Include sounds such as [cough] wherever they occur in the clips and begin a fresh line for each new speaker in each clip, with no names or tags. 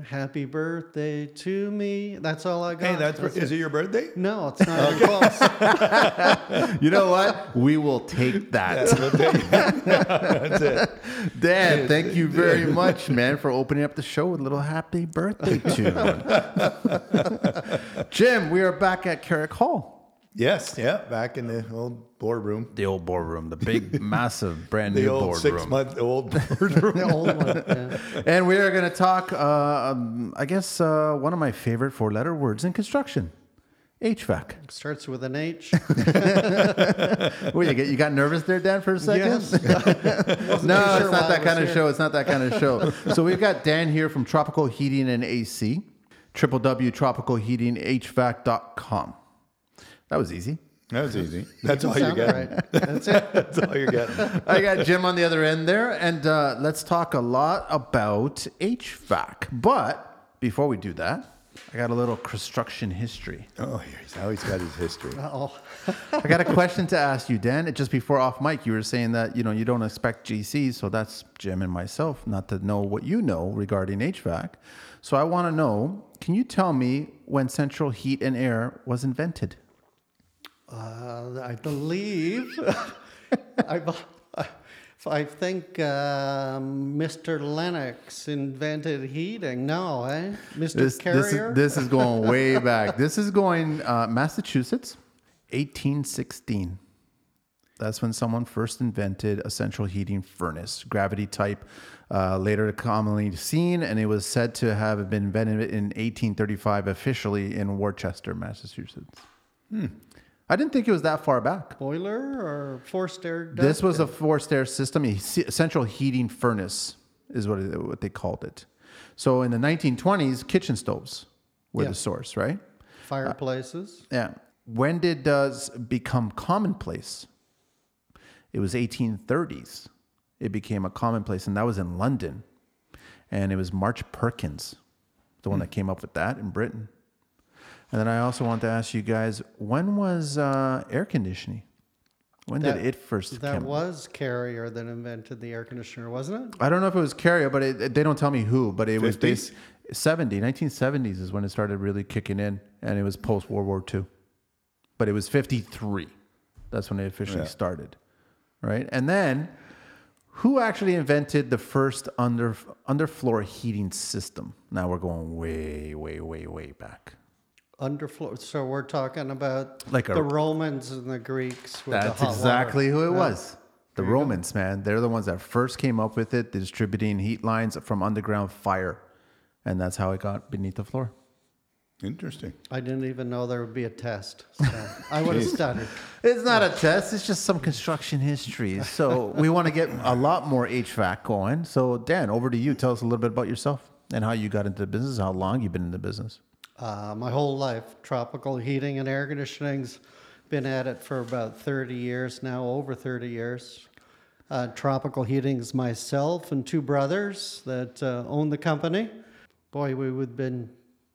Happy birthday to me. That's all I got.
Hey, that's, is it your birthday?
no, it's not even close.
You know what? We will take
[laughs]
that.
That's it.
Dan, thank you very much, man, for opening up the show with a little happy
[laughs]
birthday tune. Jim, we are back at Carrick Hall.
Yes, yeah, back in the old boardroom.
The old boardroom,
[laughs]
the big, massive, brand
The
new
old six
boardroom.
month old [laughs] boardroom.
The old
[laughs]
one. Yeah.
And we are going to talk, uh, um, I guess, uh, one of my favorite four letter words in construction HVAC.
Starts with an H.
What, you, get, you got nervous there, Dan, for a second? [laughs]
[laughs]
no, it's not that kind of show. It's not that kind
[laughs]
of show. so we've got Dan here from Tropical Heating and AC, www.tropicalheatinghvac.com. That was easy.
That was easy. That's all you
Sound
get.
right.
[laughs]
That's it.
That's all you get.
[laughs] I got Jim on the other end there, and uh, let's talk a lot about HVAC. But before we do that, I got a little construction history.
Oh, here's now he's got his history.
Oh,
I got a question to ask you, Dan. Just before off mic, you were saying that you know you don't expect GCs, so that's Jim and myself not to know what you know regarding HVAC. So I want to know: Can you tell me when central heat and air was invented?
uh, I believe. I, bu- I think uh, Mr. Lennox invented heating. No, eh? Mr.
This, this
Carrier?
is this is going way back. This is going uh, Massachusetts, 1816. That's when someone first invented a central heating furnace, gravity type, uh, later commonly seen, and it was said to have been invented in 1835 officially in Worcester, Massachusetts. Hmm. I didn't think it was that far back.
Boiler or forced air duct?
This was a forced air system, a se- central heating furnace is what, it, what they called it. So in the 1920s, kitchen stoves were
Yeah.
the source, right?
Fireplaces.
Yeah. When did does become commonplace? It was 1830s. It became a commonplace, and that was in London. And it was March Perkins, the
Hmm.
one that came up with that in Britain. And then I also want to ask you guys, when was uh, air conditioning? When
That-
did it first
That
come?
was Carrier that invented the air conditioner, wasn't it?
I don't know if it was Carrier, but it, they don't tell me who. But it was
50s?
based 70, 1970s is when it started really kicking in, and it was post World War II. But it was 53. That's when it officially
Yeah.
started, right? And then, who actually invented the first under underfloor heating system? Now we're going way, way, way, way back.
Underfloor. So we're talking about
Like a-
the Romans and the Greeks. With
That's
the hot
exactly
water.
who it was. The Romans, man. They're the ones that first came up with it, distributing heat lines from underground fire. And that's how it got beneath the floor.
Interesting.
I didn't even know there would be a test.
[laughs]
So I would have studied.
It's not a test, it's just some construction history.
[laughs]
So we want to get a lot more HVAC going. So, Dan, over to you. Tell us a little bit about yourself and how you got into the business, how long you've been in the business.
Uh, my whole life, tropical heating and air conditioning's been at it for about 30 years now, over 30 years. Uh, tropical heating's myself and two brothers that uh, own the company. Boy, we would been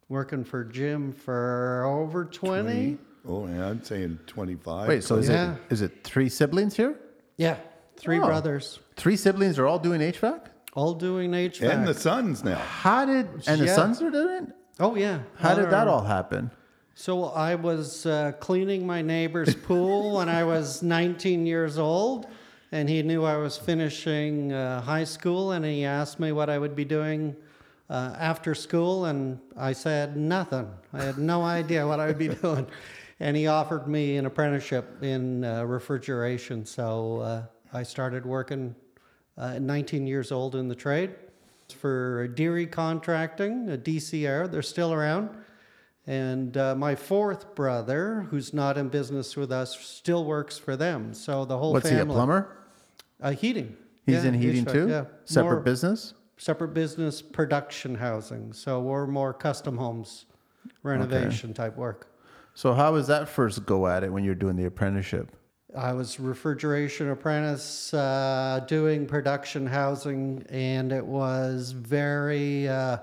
working for Jim for over 20.
Oh, yeah, I'm saying 25.
Wait, so is,
Uh, Yeah.
it, is it three siblings here?
Yeah, three
Oh.
brothers,
Three siblings are all doing HVAC?
all doing HVAC.
and the sons now.
How did, and the
Yeah.
sons are doing it?
oh yeah,
How did
Other-
that all happen?
So I was uh, cleaning my neighbor's pool when I was 19 years old, and he knew I was finishing uh, high school, and he asked me what I would be doing uh, after school, and I said nothing. I had no idea what I would be [laughs] doing, and he offered me an apprenticeship in uh, refrigeration. So uh, I started working uh, at 19 years old in the trade for Deary Contracting, a DCR. They're still around. And uh, my fourth brother, who's not in business with us, still works for them. So the whole
What's
family.
he, a plumber?
Uh, heating.
He's
Yeah,
in heating
HVAC,
too?
Yeah.
Separate
More-
business?
Separate business production housing. So we're more custom homes renovation type work.
So how was that first go at it when you're doing the apprenticeship?
I was refrigeration apprentice uh, doing production housing, and it was very uh,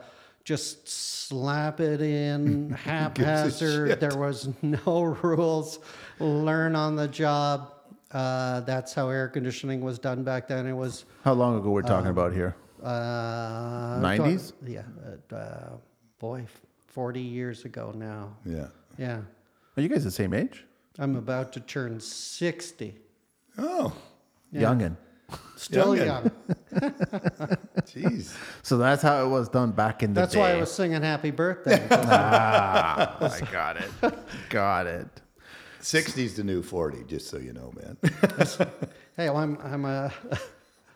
just slap it [laughs] in haphazard. There was [laughs] no rules. Learn on the job. Uh, that's how air conditioning was done back then. It was Um,
How long ago we're talking about here?
Uh,
90s?
tw- Yeah. uh, Uh, boy, f- 40 years ago now.
Yeah.
Yeah.
Are you guys the same age?
I'm about to turn 60.
Oh,
Youngin.
Still
Youngin.
young.
[laughs] jeez.
So that's how it was done back in the
That's
day.
why I was singing happy
[laughs]
birthday.
Ah, I
[laughs]
got it. Got it.
60's the new 40, just so you know, man.
hey, well, I'm, I'm a. [laughs]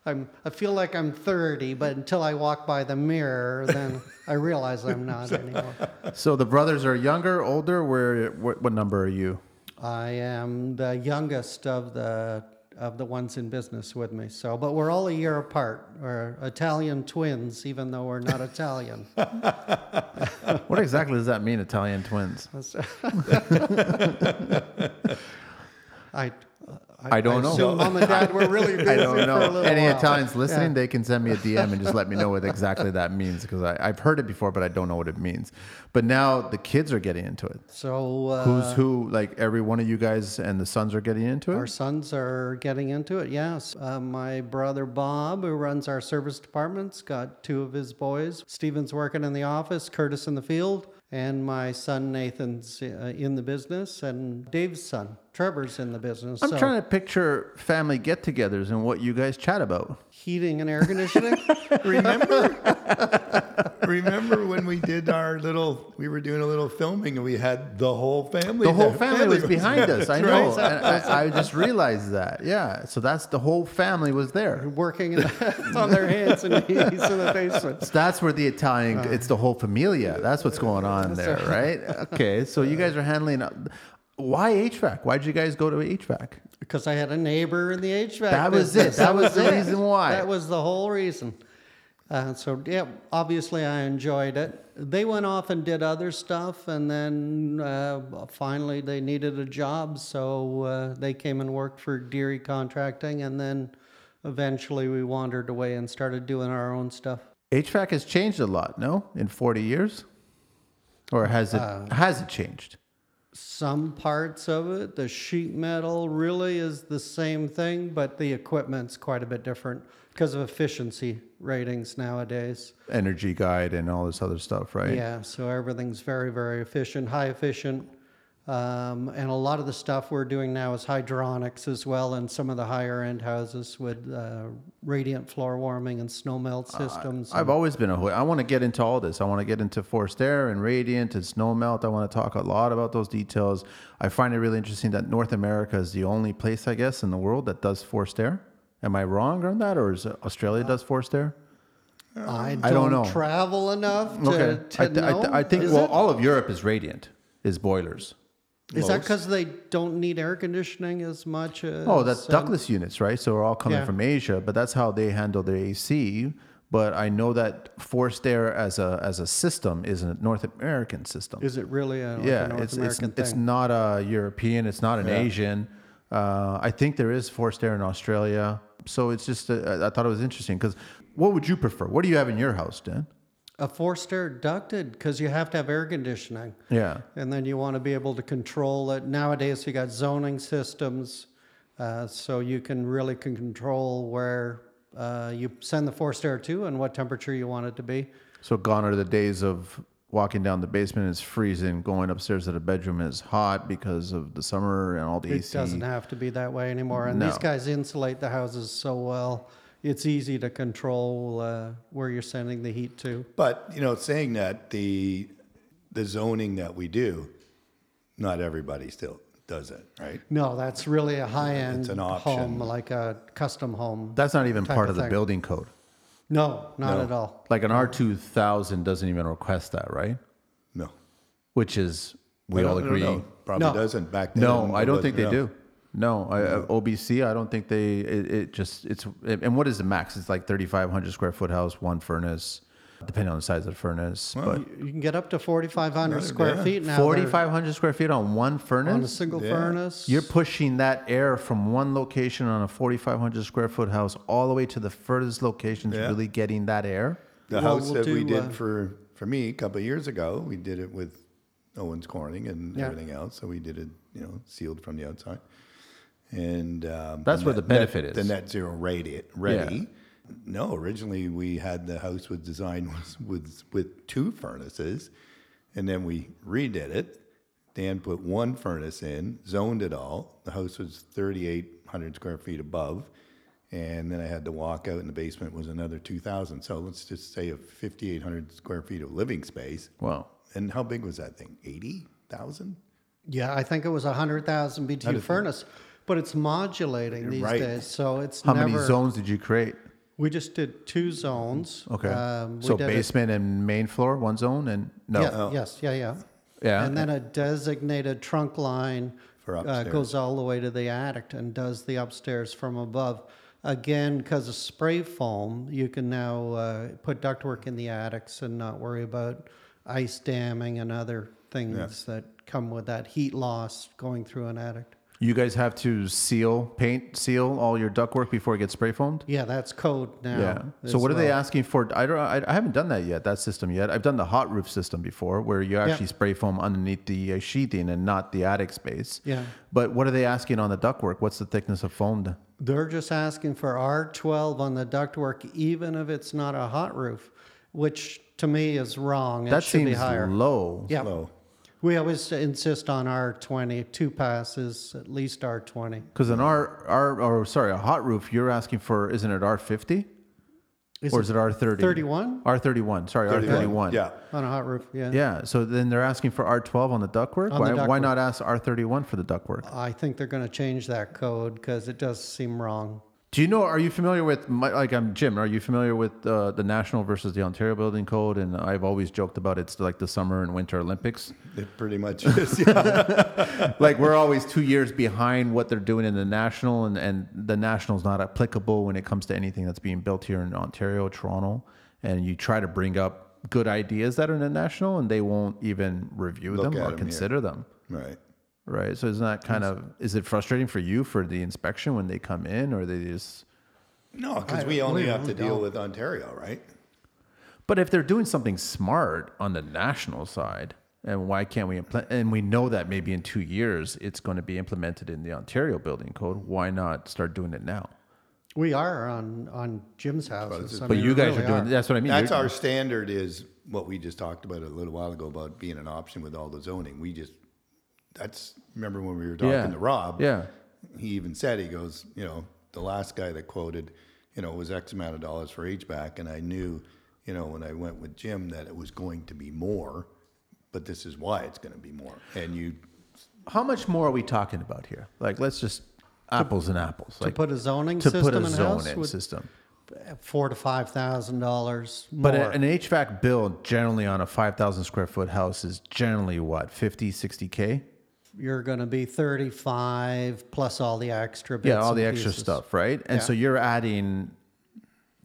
I'm, I feel like I'm 30, but until I walk by the mirror, then I realize I'm
[laughs]
not anymore.
So the brothers are younger, older. Where? What, what number are you?
I am the youngest of the of the ones in business with me. So, but we're all a year apart. We're Italian twins, even though we're not
[laughs]
Italian.
What exactly does that mean, Italian
[laughs]
twins?
I,
I don't know.
assume Mom and Dad were really busy
[laughs] I don't
for a
know.
little
Any
while.
Italians listening, they can
[laughs]
send me a DM and just let me know what exactly that means because I've heard it before, but I don't know what it means. But now the kids are getting into it.
So uh,
Who's who? Like every one of you guys and the sons are getting into
our
it.
sons are getting into it. Yes, uh, my brother Bob, who runs our service departments, got two of his boys. Steven's working in the office. Curtis in the field. And my son Nathan's uh, in the business, and Dave's son Trevor's in the business.
I'm
so
trying to picture family get-togethers and what you guys chat about.
heating and air conditioning.
Remember?
[laughs]
Remember when we did our little, we were doing a little filming and we had the whole family.
The whole
there.
family was behind us. [laughs] I
That's right.
know. And I, I just realized that. Yeah. So that's the whole family was there.
working [laughs] in the, on their hands and knees in the basement.
So that's where the Italian.
Uh,
it's the whole familia. That's what's going on there,
[laughs]
right? Okay. So you guys are handling. Why HVAC? Why'd you guys go to HVAC?
Because I had a neighbor in the HVAC.
That was it.
business.
That was the reason why.
That was the whole reason. Uh, so yeah, obviously I enjoyed it. They went off and did other stuff, and then uh, finally they needed a job, so uh, they came and worked for Deary Contracting, and then eventually we wandered away and started doing our own stuff.
HVAC has changed a lot. No, in forty years, or has it?
Uh,
has it changed?
some parts of it. The sheet metal really is the same thing, but the equipment's quite a bit different because of efficiency ratings nowadays.
Energy guide and all this other stuff, right?
Yeah, so everything's very, very efficient, high efficient. Um, and a lot of the stuff we're doing now is hydronics as well, and some of the higher end houses with uh, radiant floor warming and snow melt systems.
I've always been a hoy. Uh, I want to get into all this. I want to get into forced air and radiant and snow melt. I want to talk a lot about those details. I find it really interesting that North America is the only place, I guess, in the world that does forced air. Am I wrong on that, or is it Australia does forced air?
I, don't
I don't know.
travel enough to,
Okay,
to
I, th- I,
know.
th- I think
Is
well,
it?
all of Europe is radiant, is boilers.
Is that
Most.
because they don't need air conditioning as much as?
Oh, that's
uh,
ductless units, right? So we're all coming
Yeah.
from Asia, but that's how they handle their AC. But I know that forced air as a as a system is a North American system.
Is it really a, like a
yeah,
North
it's it's,
American thing?
it's not a European, it's not an Asian. Uh, I think there is forced air in Australia, so it's just uh, I thought it was interesting because what would you prefer? What do you have in your house, Dan?
a forced air ducted because you have to have air conditioning,
Yeah,
and then you want to be able to control it. Nowadays, you got zoning systems, uh, so you can really can control where uh, you send the forced air to and what temperature you want it to be.
so gone are the days of walking down the basement and it's freezing, going upstairs to the bedroom and it's hot because of the summer and all the
It
AC.
doesn't have to be that way anymore. And these
No.
guys insulate the houses so well. It's easy to control uh, where you're sending the heat to.
But you know, saying that the the zoning that we do, not everybody still does it, right?
No, that's really a high end
It's an option.
home, like a custom home.
That's not even
Type
part
of
of the
thing.
building code.
no, not
No.
at all.
Like an R two thousand doesn't even request that, right?
No,
Which is we
I
all
don't- I don't
agree.
know. Probably
No.
doesn't back then.
No,
it
I don't think they
wasn't, no.
do. No, I, uh, OBC, I don't think they. It, it just it's and what is the max? It's like thirty five hundred square foot house, one furnace, depending on the size of the furnace.
You can get up to 4,500
Not
square
bad.
feet
but
now. They're
forty five hundred square feet on one
on a
furnace.
single
Yeah.
furnace.
You're pushing that air from one location on a forty five hundred square foot house all the way to the furthest locations,
Yeah.
really getting that air.
The
Well,
house
we'll
that we
do,
did
uh,
for for me a couple of years ago, we did it with Owens Corning and
Yeah.
everything else. So we did it, you know, sealed from the outside. And um,
That's where the benefit
is
is.
the net zero ready, ready No, originally we had the house was designed [laughs] was with with two furnaces, and then we redid it. Dan put one furnace in, zoned it all. The house was thirty eight hundred square feet above, and then I had to walk out, and the basement was another two thousand. So let's just say a fifty eight hundred square feet of living space.
Wow.
And how big was that thing? Eighty thousand.
Yeah, I think it was a hundred thousand BTU furnace, but it's modulating these
Right.
days, so it's
How
never.
many zones did you create?
We just did two zones.
Okay.
Um, we
so
did it-
basement and main floor, one zone, and no.
Yeah, Yes. Yeah. Yeah.
Yeah.
And then a designated trunk line
For
uh,
upstairs.
goes all the way to the attic and does the upstairs from above. Again, because of spray foam, you can now uh, put ductwork in the attics and not worry about ice damming and other things that come with that heat loss going through an attic.
You guys have to seal, paint, seal all your ductwork before it gets spray foamed?
Yeah, that's code now.
Yeah.
as
So what are they
well.
asking for? I don't. I, I haven't done that yet. That system yet. I've done the hot roof system before, where you actually spray foam underneath the uh, sheathing and not the attic space.
Yeah.
But what are they asking on the ductwork? What's the thickness of foam? then?
They're just asking for R12 on the ductwork, even if it's not a hot roof, which to me is wrong. It
That
should be
seems
higher.
low.
Yeah.
Low.
We always insist on R20, two passes, at least R20.
Because an R R or sorry, a hot roof. You're asking for isn't it R fifty
Is
or is it R thirty?
31
R thirty one. Sorry, R thirty one.
Yeah.
on a hot roof? Yeah.
Yeah. So then they're asking for R twelve on the ductwork.
On
why,
the
why
ductwork.
not ask R thirty one for the ductwork?
I think they're going to change that code because it does seem wrong.
Do you know? Are you familiar with my, like I'm Jim? Are you familiar with uh, the national versus the Ontario building code? And I've always joked about it's like the summer and winter Olympics.
It pretty much is. [laughs] Yeah.
like we're always two years behind what they're doing in the national, and and the national's not applicable when it comes to anything that's being built here in Ontario, Toronto. And you try to bring up good ideas that are in the national, and they won't even review
Look
them
at them
or
here.
consider them.
right.
Right. So isn't that kind of is it frustrating for you for the inspection when they come in, or they just
No, because
I-
we only have to
don't.
deal with Ontario, right?
But if they're doing something smart on the national side, and why can't we implement? And we know that maybe in two years it's going to be implemented in the Ontario Building Code. Why not start doing it now? we
We are on, on Jim's houses. I
but
mean,
you
we
guys
really
are doing. That's what I mean.
That's
You're-
our standard is what we just talked about a little while ago about being an option with all the zoning. We just that's remember when we were talking
Yeah.
to Rob.
Yeah.
He even said he goes, you know, the last guy that quoted, you know, was X amount of dollars for HVAC, and I knew, you know, when I went with Jim that it was going to be more, but this is why it's going to be more. And you,
How much more are we talking about here? Like, let's just apples and apples.
To
Like
put a zoning
to
system
put a
in
zone
house
in
would
system.
four to five thousand dollars more.
But a- an HVAC bill generally on a 5,000 square foot house is generally what, 50, 60K?
you're going to be thirty-five plus all the extra. Bits
yeah, all
and
the extra
pieces.
stuff, right? And
Yeah.
so you're adding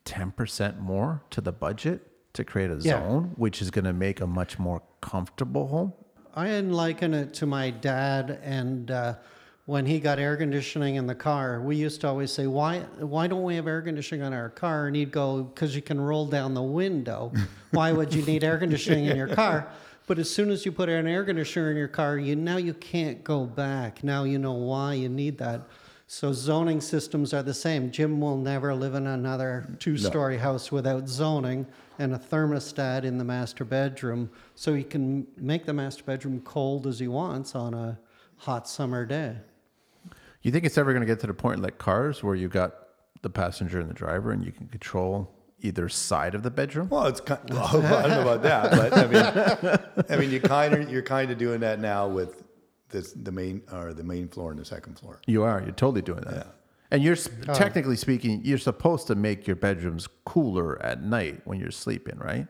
10% more to the budget to create a
Yeah.
zone, which is going to make a much more comfortable home.
I liken it to my dad, and uh, when he got air conditioning in the car, we used to always say, "Why, why don't we have air conditioning on our car?" And he'd go, "Because you can roll down the window. Why would you need air conditioning in your car?" But as soon as you put an air conditioner in your car, you now you can't go back. Now you know why you need that. So zoning systems are the same. Jim will never live in another two-story house without zoning and a thermostat in the master bedroom, so he can make the master bedroom cold as he wants on a hot summer day.
You think it's ever going to get to the point like cars where you got the passenger and the driver and you can control either side of the bedroom?
well, it's kind. [laughs] Well, I don't know about that, but I mean, I mean, you kind of you're kind of doing that now with this the main or the main floor and the second floor.
You are. You're totally doing that. And you're s
Oh.
technically speaking, you're supposed to make your bedrooms cooler at night when you're sleeping, right?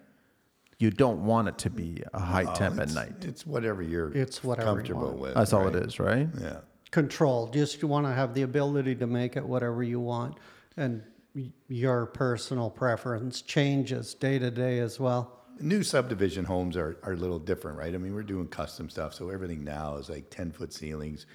You don't want it to be a high
Oh,
temp at night.
It's whatever you're
It's whatever you
comfortable
want.
with.
That's all it is, right?
Yeah.
Control. Just you want to have the ability to make it whatever you want, and y- your personal preference changes day to day as well.
New subdivision homes are, are a little different, right? I mean, we're doing custom stuff, so everything now is like ten foot ceilings,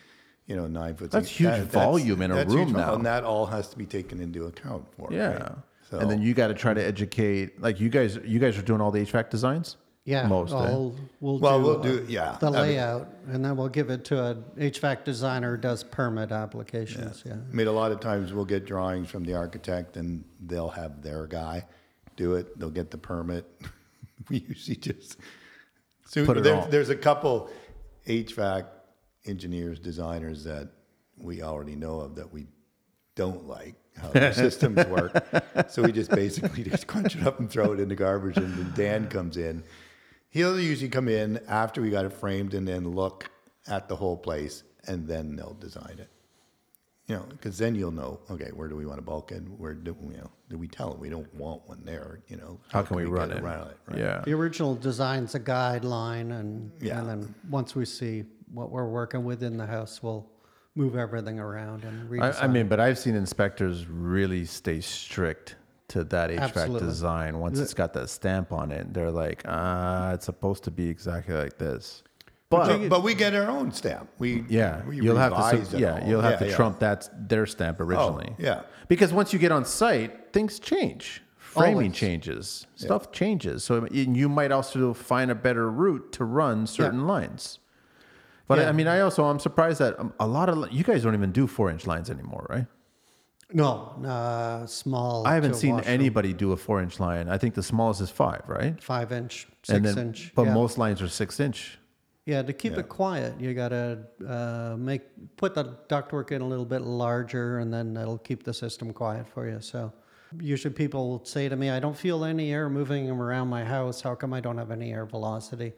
you know, nine foot.
That's
ceilings.
huge volume in a
that's huge
room
vol-
now.
and that all has to be taken into account for.
Yeah.
right? So
And then you got to try to educate. Like you guys, you guys are doing all the HVAC designs.
Yeah,
Most, eh?
I'll- we'll
Well,
do,
we'll
uh,
do- yeah,
the
I mean-
layout, and then we'll give it to a HVAC designer who does permit applications. Yeah,
I mean, a lot of times we'll get drawings from the architect and they'll have their guy do it. They'll get the permit. [laughs] we usually just so
Put it
there's,
on.
there's a couple HVAC engineers, designers that we already know of that we don't like how
[laughs]
their systems work. So we just basically just crunch it up and throw it in the garbage. And then Dan comes in. He'll usually come in after we got it framed and then look at the whole place and then they'll design it you know, because then you'll know, okay, where do we want a bulkhead? Where do you know? Do we tell them we don't want one there? You know,
How can we
get
run it?
around it? Right?
Yeah.
the original design's a guideline, and
Yeah.
and then once we see what we're working with in the house, we'll move everything around and redesign.
uh,
I, I mean, but I've seen inspectors really stay strict to that HVAC
Absolutely.
design. Once it's got that stamp on it, they're like, ah, it's supposed to be exactly like this.
But,
But
but we get our own stamp. We
yeah,
we
you'll have to
revise
su-
it
yeah,
all.
you'll have
Yeah,
to
yeah.
trump that their stamp originally.
yeah. Oh,
because once you get on site, things change. Framing
Always.
changes, stuff changes. So and you might also find a better route to run certain lines. But I, I mean, I also I'm surprised that um, a lot of li- you guys don't even do four inch lines anymore, right?
no, uh, small.
I haven't
to
seen
wash
anybody do a four inch line. I think the smallest is five, right?
five inch, six
And then-
inch.
But
yeah.
most lines are six inch.
Yeah, to keep it quiet, you gotta uh, make put the ductwork in a little bit larger, and then that'll keep the system quiet for you. So, usually people will say to me, "I don't feel any air moving around my house. How come I don't have any air velocity?"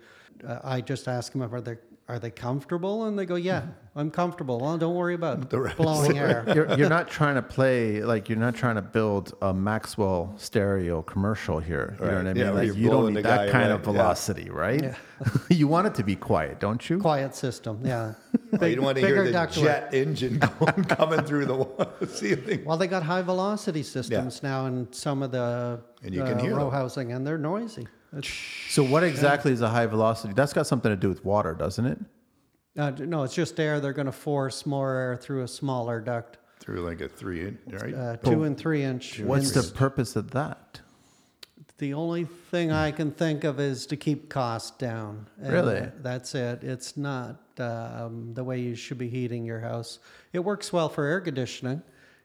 Uh, I just ask them if are they are they comfortable, and they go,
[laughs]
"Yeah, I'm comfortable. Well, don't worry about blowing air."
You're, you're not trying to play like you're not trying to build a Maxwell stereo commercial here. You know what I
Right.
mean?
Yeah, where
Like,
you're
you don't
blowing
need
the
that
guy
kind
away.
of
Yeah.
velocity, right? [laughs] you want it to be quiet, don't you?
Quiet system,
[laughs]
yeah.
Oh, you don't want to hear
bigger
the
ductwork.
jet engine [laughs] going, coming through the wall- [laughs] ceiling.
Well, they got high velocity systems now in some of the
And you can
uh,
hear
row
them.
housing, and they're noisy.
So what exactly is a high velocity? That's got something to do with water, doesn't it?
Uh, d- no, it's just air. They're going to force more air through a smaller duct,
Through like a three inch, right?
uh,
Oh.
two and three inch.
What's
And
the purpose of that?
the only thing I can think of is to keep costs down. And
Really?
That's it. It's not um, the way you should be heating your house. It works well for air conditioning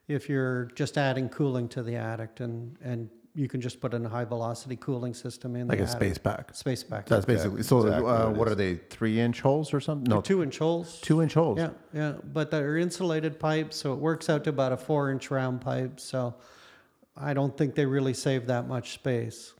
if you're just adding cooling to the attic, and and you can just put in a high velocity cooling system in
Like
the
a space
attic.
pack.
space back.
That's basically so.
exactly
uh,
what it
what are they? Three inch holes or something? No, two,
two inch holes.
inch holes.
Yeah, yeah, but they're insulated pipes, so it works out to about a four inch round pipe. So I don't think they really save that much space.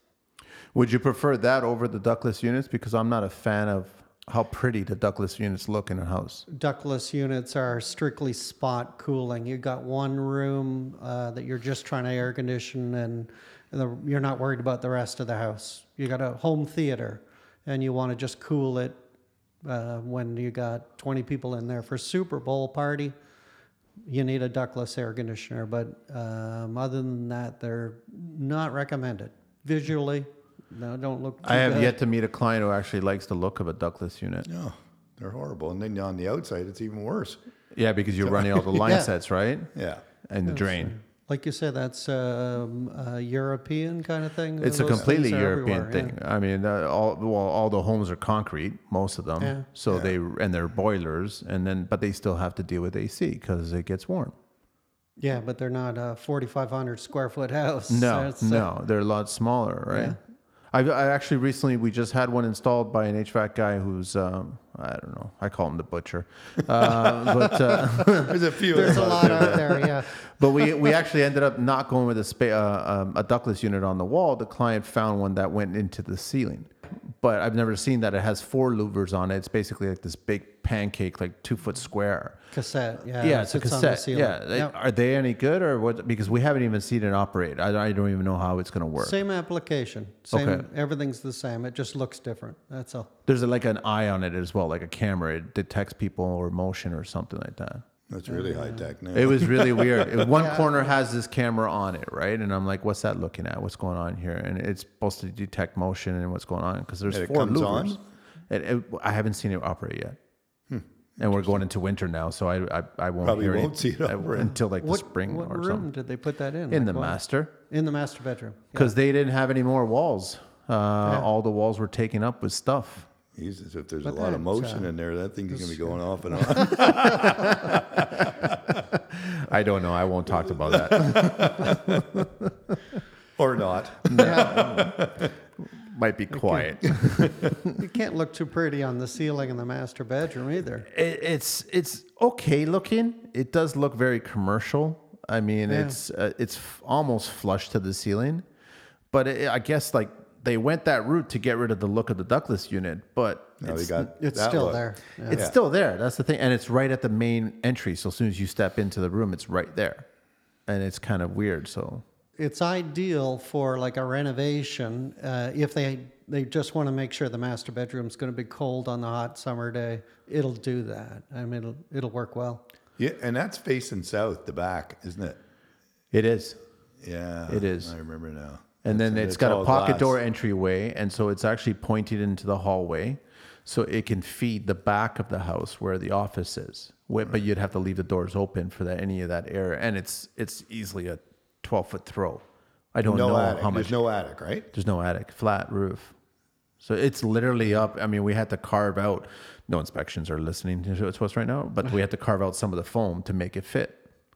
Would you prefer that over the ductless units? Because I'm not a fan of how pretty the ductless units look in a house.
Ductless units are strictly spot cooling. You've got one room uh, that you're just trying to air condition, and the, you're not worried about the rest of the house. You got a home theater, and you want to just cool it uh, when you got 20 people in there for Super Bowl party. you need a ductless air conditioner, but um, other than that, they're not recommended visually. No, don't look. Too
I have
good.
yet to meet a client who actually likes the look of a ductless unit.
No, they're horrible. And then on the outside, it's even worse.
Yeah, because you're running all the
[laughs]
line
Yeah.
sets, right?
[laughs]
Yeah.
And the drain.
like you said, that's um, a European kind of thing.
It's a
Those things
completely
are
European
everywhere,
thing. I mean, uh, all well, all the homes are concrete, most of them.
Yeah.
So they and they're boilers, and then but they still have to deal with AC because it gets warm.
Yeah. yeah, but they're not a 4,500 square foot house.
No,
That's, uh,
no, they're a lot smaller, right? I've, I actually recently we just had one installed by an HVAC guy who's um, I don't know I call him the butcher, uh, [laughs] but uh,
There's a few.
there's
of
a
them.
lot out there. Yeah,
but we we actually ended up not going with a spa- uh, um, a ductless unit on the wall. The client found one that went into the ceiling, but I've never seen that. It has four louvers on it. It's basically like this big pancake, like two foot square.
cassette. Yeah,
Yeah,
it
it's a
sits on the
cassette.
ceiling.
yeah, They-
Yep.
are they any good or what? Because we haven't even seen it operate. I, I don't even know how it's going to work.
Same application. Same.
Okay.
Everything's the same. It just looks different. That's all.
There's like an eye on it as well, like a camera. It detects people or motion or something like that.
That's really high tech now.
It was really [laughs] weird. It- one corner has this camera on it, right? And I'm like, what's that looking at? What's going on here? And it's supposed to detect motion and what's going on because there's
And it
four
comes on? Hmm.
louvers. It, it, I haven't seen it operate yet. And we're going into winter now, so I I, I won't
Probably
hear
won't
any-
see it
I-
operate.
until like
What
the spring
What
or
room
something
did they put that in?
in the
Like, what-
master [laughs]
In the master bedroom.
because they didn't have any more walls. Uh, All the walls were taken up with stuff.
Jesus, if there's a lot of
that,
motion
uh,
in there, that thing's gonna be going off
[laughs]
and on.
I don't know. I won't talk about
[laughs]
that.
or not.
Yeah,
Might be quiet.
you can't look too pretty on the ceiling in the master bedroom either.
[laughs] It, it's it's okay looking. It does look very commercial. I mean,
Yeah.
it's uh, it's f- almost flush to the ceiling, but it, I guess like they went that route to get rid of the look of the Douglas unit, but
No, they
it's
got
It's
that
still
look.
there. Yeah.
It's
Yeah.
still there. That's the thing. And it's right at the main entry. So as soon as you step into the room, it's right there. And it's kind of weird. So
It's ideal for like a renovation uh, if they they just want to make sure the master bedroom's going to be cold on the hot summer day. It'll do that. I mean, it'll it'll work well.
Yeah, and that's facing south, the back, isn't it?
it is.
Yeah,
It is.
I remember now.
And then
It's-
it's got
all
a pocket
glass.
door entryway. And so it's actually pointed into the hallway. So it can feed the back of the house where the office is. Wh- But you'd have to leave the doors open for that, any of that air. And it's it's easily a 12 foot throw. I don't
No
know
attic.
how
There's
much.
no attic, right?
There's no attic, flat roof. So it's literally up. I mean, we had to carve out. No inspections are listening to to us right now, but we had to carve out some of the foam to make it fit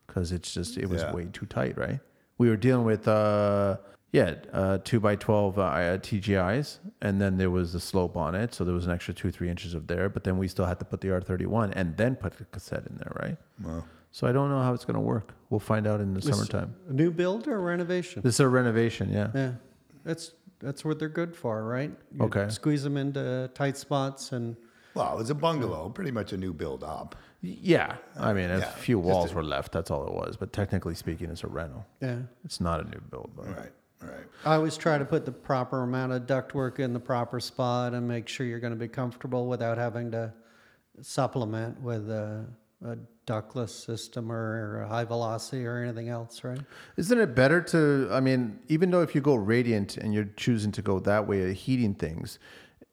because it's just it was
Yeah.
way too tight, right? We were dealing with uh yeah uh two by twelve uh, TGIs, and then there was the slope on it, so there was an extra two three inches of there. But then we still had to put the R thirty one and then put the cassette in there, right?
Wow.
So I don't know how it's gonna work. We'll find out in the summertime.
A new build or renovation?
This is a renovation, yeah.
Yeah, that's that's what they're good for, right? You
Okay.
Squeeze them into tight spots and
Well, it was a bungalow, pretty much a new build up.
Yeah, I mean, a
yeah,
few
just
walls
a-
were left. That's all it was. But technically speaking, it's a rental.
yeah.
It's not a new build, but
Right, right.
I always try to put the proper amount of ductwork in the proper spot and make sure you're going to be comfortable without having to supplement with a, a ductless system or a high velocity or anything else, right?
isn't it better to? I mean, even though if you go radiant and you're choosing to go that way, of heating things,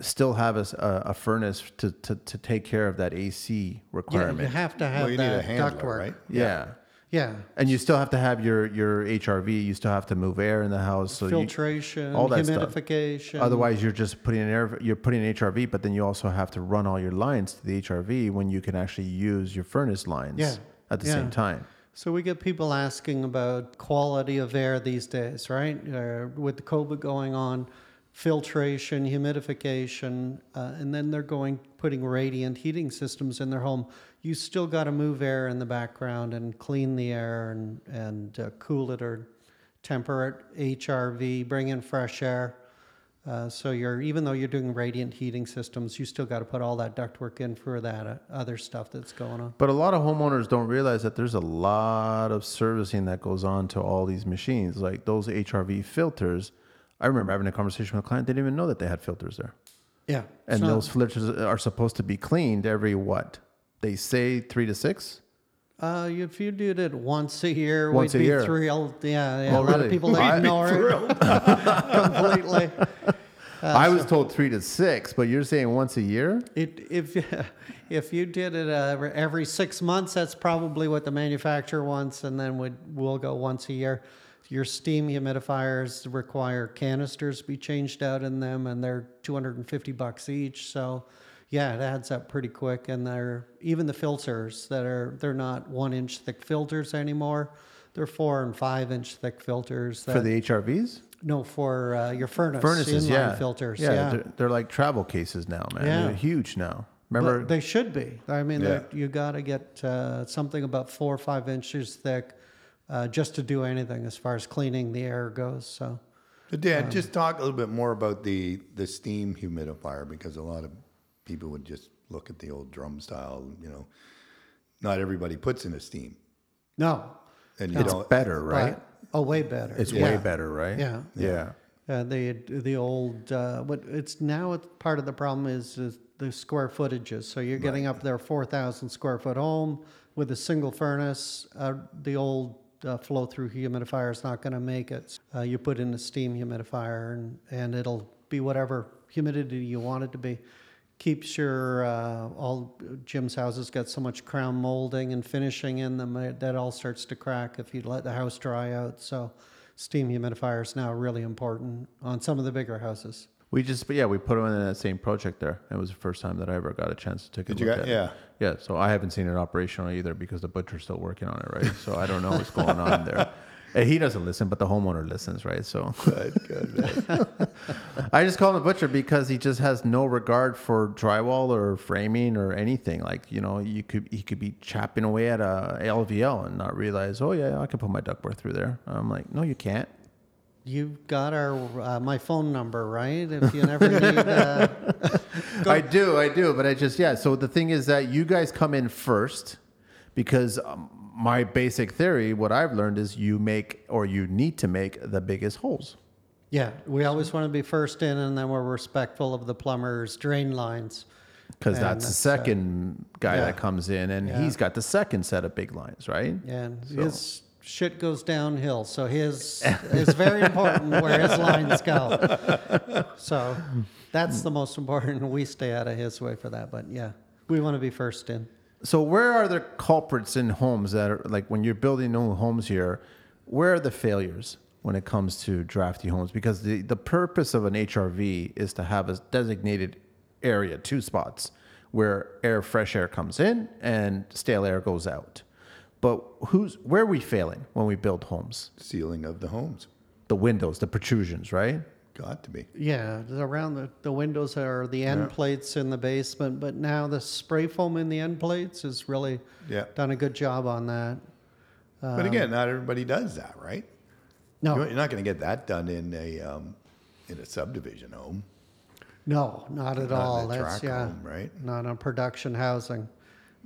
still have a, s- a- a furnace to, to to take care of that AC
Yeah, you
requirement.
have to have
Well, you need a
that
handler,
ductwork.
right?
Yeah.
Yeah,
And you still have to have your, your HRV. You still have to move air in the house. So you-
filtration,
all that stuff.
humidification.
Otherwise, you're just putting an air, you're putting an HRV, but then you also have to run all your lines to the HRV when you can actually use your furnace lines
Yeah.
at the
Yeah.
same time.
So we get people asking about quality of air these days, right? Uh, with the COVID going on, filtration, humidification, uh, and then they're going putting radiant heating systems in their home. You still got to move air in the background and clean the air and and uh, cool it or temper it. HRV, bring in fresh air. Uh, so you're even though you're doing radiant heating systems, you still got to put all that ductwork in for that uh, other stuff that's going on.
But a lot of homeowners don't realize that there's a lot of servicing that goes on to all these machines, like those HRV filters. I remember having a conversation with a client; they didn't even know that they had filters there,
Yeah,
and those filters are supposed to be cleaned every what? They say three to six.
Uh, if you did it once a year,
Once
we'd
a
be
year.
thrilled. Yeah, yeah. a
Oh,
lot
really?
of people
I'd
[laughs]
be [laughs]
ignore it completely.
I was told three to six, but you're saying once a year.
It, if [laughs] if you did it uh, every six months, that's probably what the manufacturer wants, and then would we'll go once a year. Your steam humidifiers require canisters be changed out in them, and they're 250 bucks each. So, yeah, it adds up pretty quick. And they're even the filters that are they're not one inch thick filters anymore. They're four and five inch thick filters. That,
For the HRVs,
no, for uh, your furnace
furnaces,
inline
yeah,
filters.
yeah,
yeah.
They're, they're like travel cases now, man.
Yeah.
They're huge now.
Well,
Remember,
they should be. I mean,
Yeah.
they're you got to get uh, something about four or five inches thick uh, just to do anything as far as cleaning the air goes. So,
So, Dan, just talk a little bit more about the the steam humidifier because a lot of people would just look at the old drum style. You know, not everybody puts in a steam,
no.
and you
It's
don't.
better, right?
But- oh, way better.
it's
Yeah.
way better, right?
Yeah.
yeah.
Uh, the the old uh, what it's now it's part of the problem is, is the square footages. So you're getting up there four thousand square foot home with a single furnace. Uh, the old uh, flow through humidifier is not going to make it. Uh, you put in a steam humidifier and and it'll be whatever humidity you want it to be. Keeps your uh, all Jim's houses got so much crown molding and finishing in them uh, that all starts to crack if you let the house dry out. So steam humidifier is now really important on some of the bigger houses.
We just, but yeah, we put them in that same project there. It was the first time that I ever got a chance to take
Did
a
you
look
got-
at
yeah.
it. Yeah. So I haven't seen it operational either because the butcher's still working on it, right? So I don't know what's going on
[laughs]
there. And he doesn't listen, but the homeowner listens, right? So [laughs] I just call him the butcher because he just has no regard for drywall or framing or anything. Like you know, you could he could be chapping away at a LVL and not realize, oh yeah, I can put my ductwork through there. I'm like, no, you can't.
You got our uh, my phone number right. If you never need, uh, [laughs]
I do, I do, but I just yeah. So the thing is that you guys come in first because um, my basic theory, what I've learned is you make or you need to make the biggest holes.
yeah, we always want to be first in, and then we're respectful of the plumber's drain lines.
Because
And
that's the
that's, uh,
second guy
yeah.
that comes in, and
Yeah.
he's got the second set of big lines, right?
and
So-
his shit goes downhill. So [laughs] his is very important where his lines go. So that's the most important. We stay out of his way for that. But yeah, we want to be first in.
So where are the culprits in homes that are like when you're building new homes here? Where are the failures when it comes to drafty homes? Because the the purpose of an HRV is to have a designated area, two spots where air, fresh air comes in and stale air goes out. But who's where are we failing when we build homes?
Ceiling of the homes.
The windows, the protrusions, right?
Got to be.
Yeah, the- around the, the windows are the end plates in the basement, but now the spray foam in the end plates has really
Yeah.
done a good job on that.
but again, not everybody does that, right?
No,
You're not going to get that done in a um, in a subdivision home.
no, not at
Not in
all.
a
That's
tract
yeah,
home, right?
not on production housing.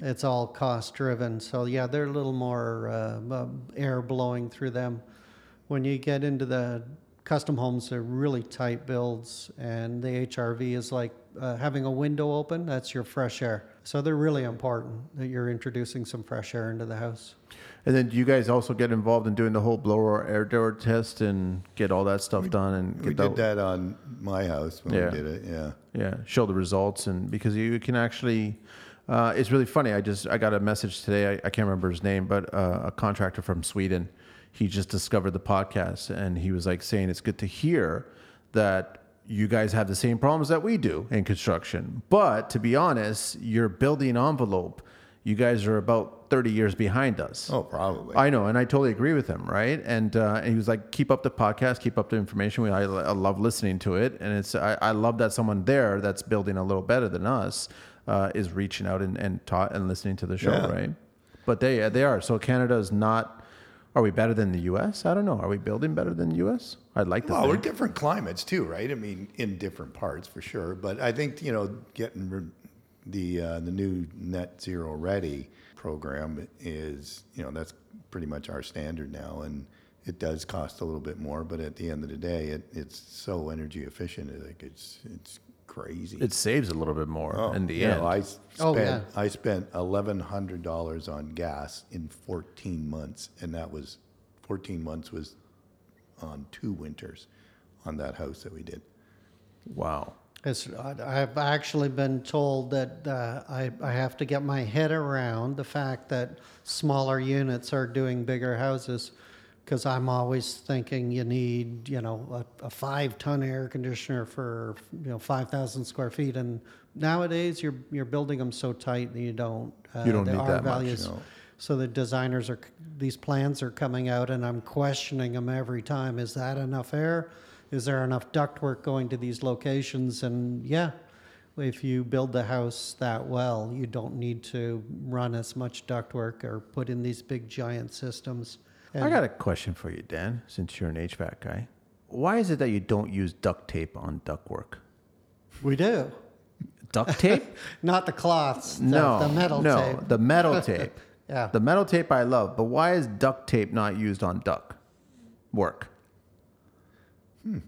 It's all cost driven. So yeah, they're a little more uh, uh, air blowing through them. When you get into the custom homes, they're really tight builds, and the HRV is like uh, having a window open. That's your fresh air. So they're really important that you're introducing some fresh air into the house.
And then do you guys also get involved in doing the whole blower air door test and get all that stuff done and get
We did that on my house when
Yeah.
we did it. Yeah.
yeah show the results and because you can actually uh, it's really funny i just i got a message today i, I can't remember his name but uh, a contractor from sweden he just discovered the podcast and he was like saying it's good to hear that you guys have the same problems that we do in construction but to be honest your building envelope you guys are about 30 years behind us
Oh, probably.
I know, and I totally agree with him, right? And, uh, and he was like, "Keep up the podcast, keep up the information. We, I, I love listening to it, and it's I, I love that someone there that's building a little better than us uh, is reaching out and and taught and listening to the show,
Yeah.
right? But they uh, they are so Canada is not. Are we better than the U.S.? I don't know. Are we building better than the U.S.? I'd like to.
Well, we're
think.
different climates too, right? I mean, in different parts for sure. But I think you know, getting re- the uh, the new net zero ready program is you know that's pretty much our standard now, and it does cost a little bit more, but at the end of the day, it, it's so energy efficient. I think it's it's crazy.
It saves a little bit more in the
you
end.
know, Oh, I s- spent
Oh,
I spent eleven hundred dollars on gas in fourteen months, and that was fourteen months was on two winters on that house that we did.
wow.
It's, I- I've actually been told that uh, I, I have to get my head around the fact that smaller units are doing bigger houses because I'm always thinking you need, you know, a, a five ton air conditioner for, you know, 5,000 square feet. And nowadays you're, you're building them so tight that you don't, uh,
You don't
the
need
R
that much,
values.
no.
So the designers are, c- these plans are coming out and I'm questioning them every time. Is that enough air? Is there enough ductwork going to these locations? And yeah, if you build the house that well, you don't need to run as much ductwork or put in these big giant systems.
I got a question for you, Dan. Since you're an HVAC guy, why is it that you don't use duct tape on ductwork?
We do.
Duct tape?
Not the cloths, the,
No,
the metal
no,
tape. [laughs]
the metal tape.
Yeah.
the metal tape I love, but why is duct tape not used on duck work? Hmm.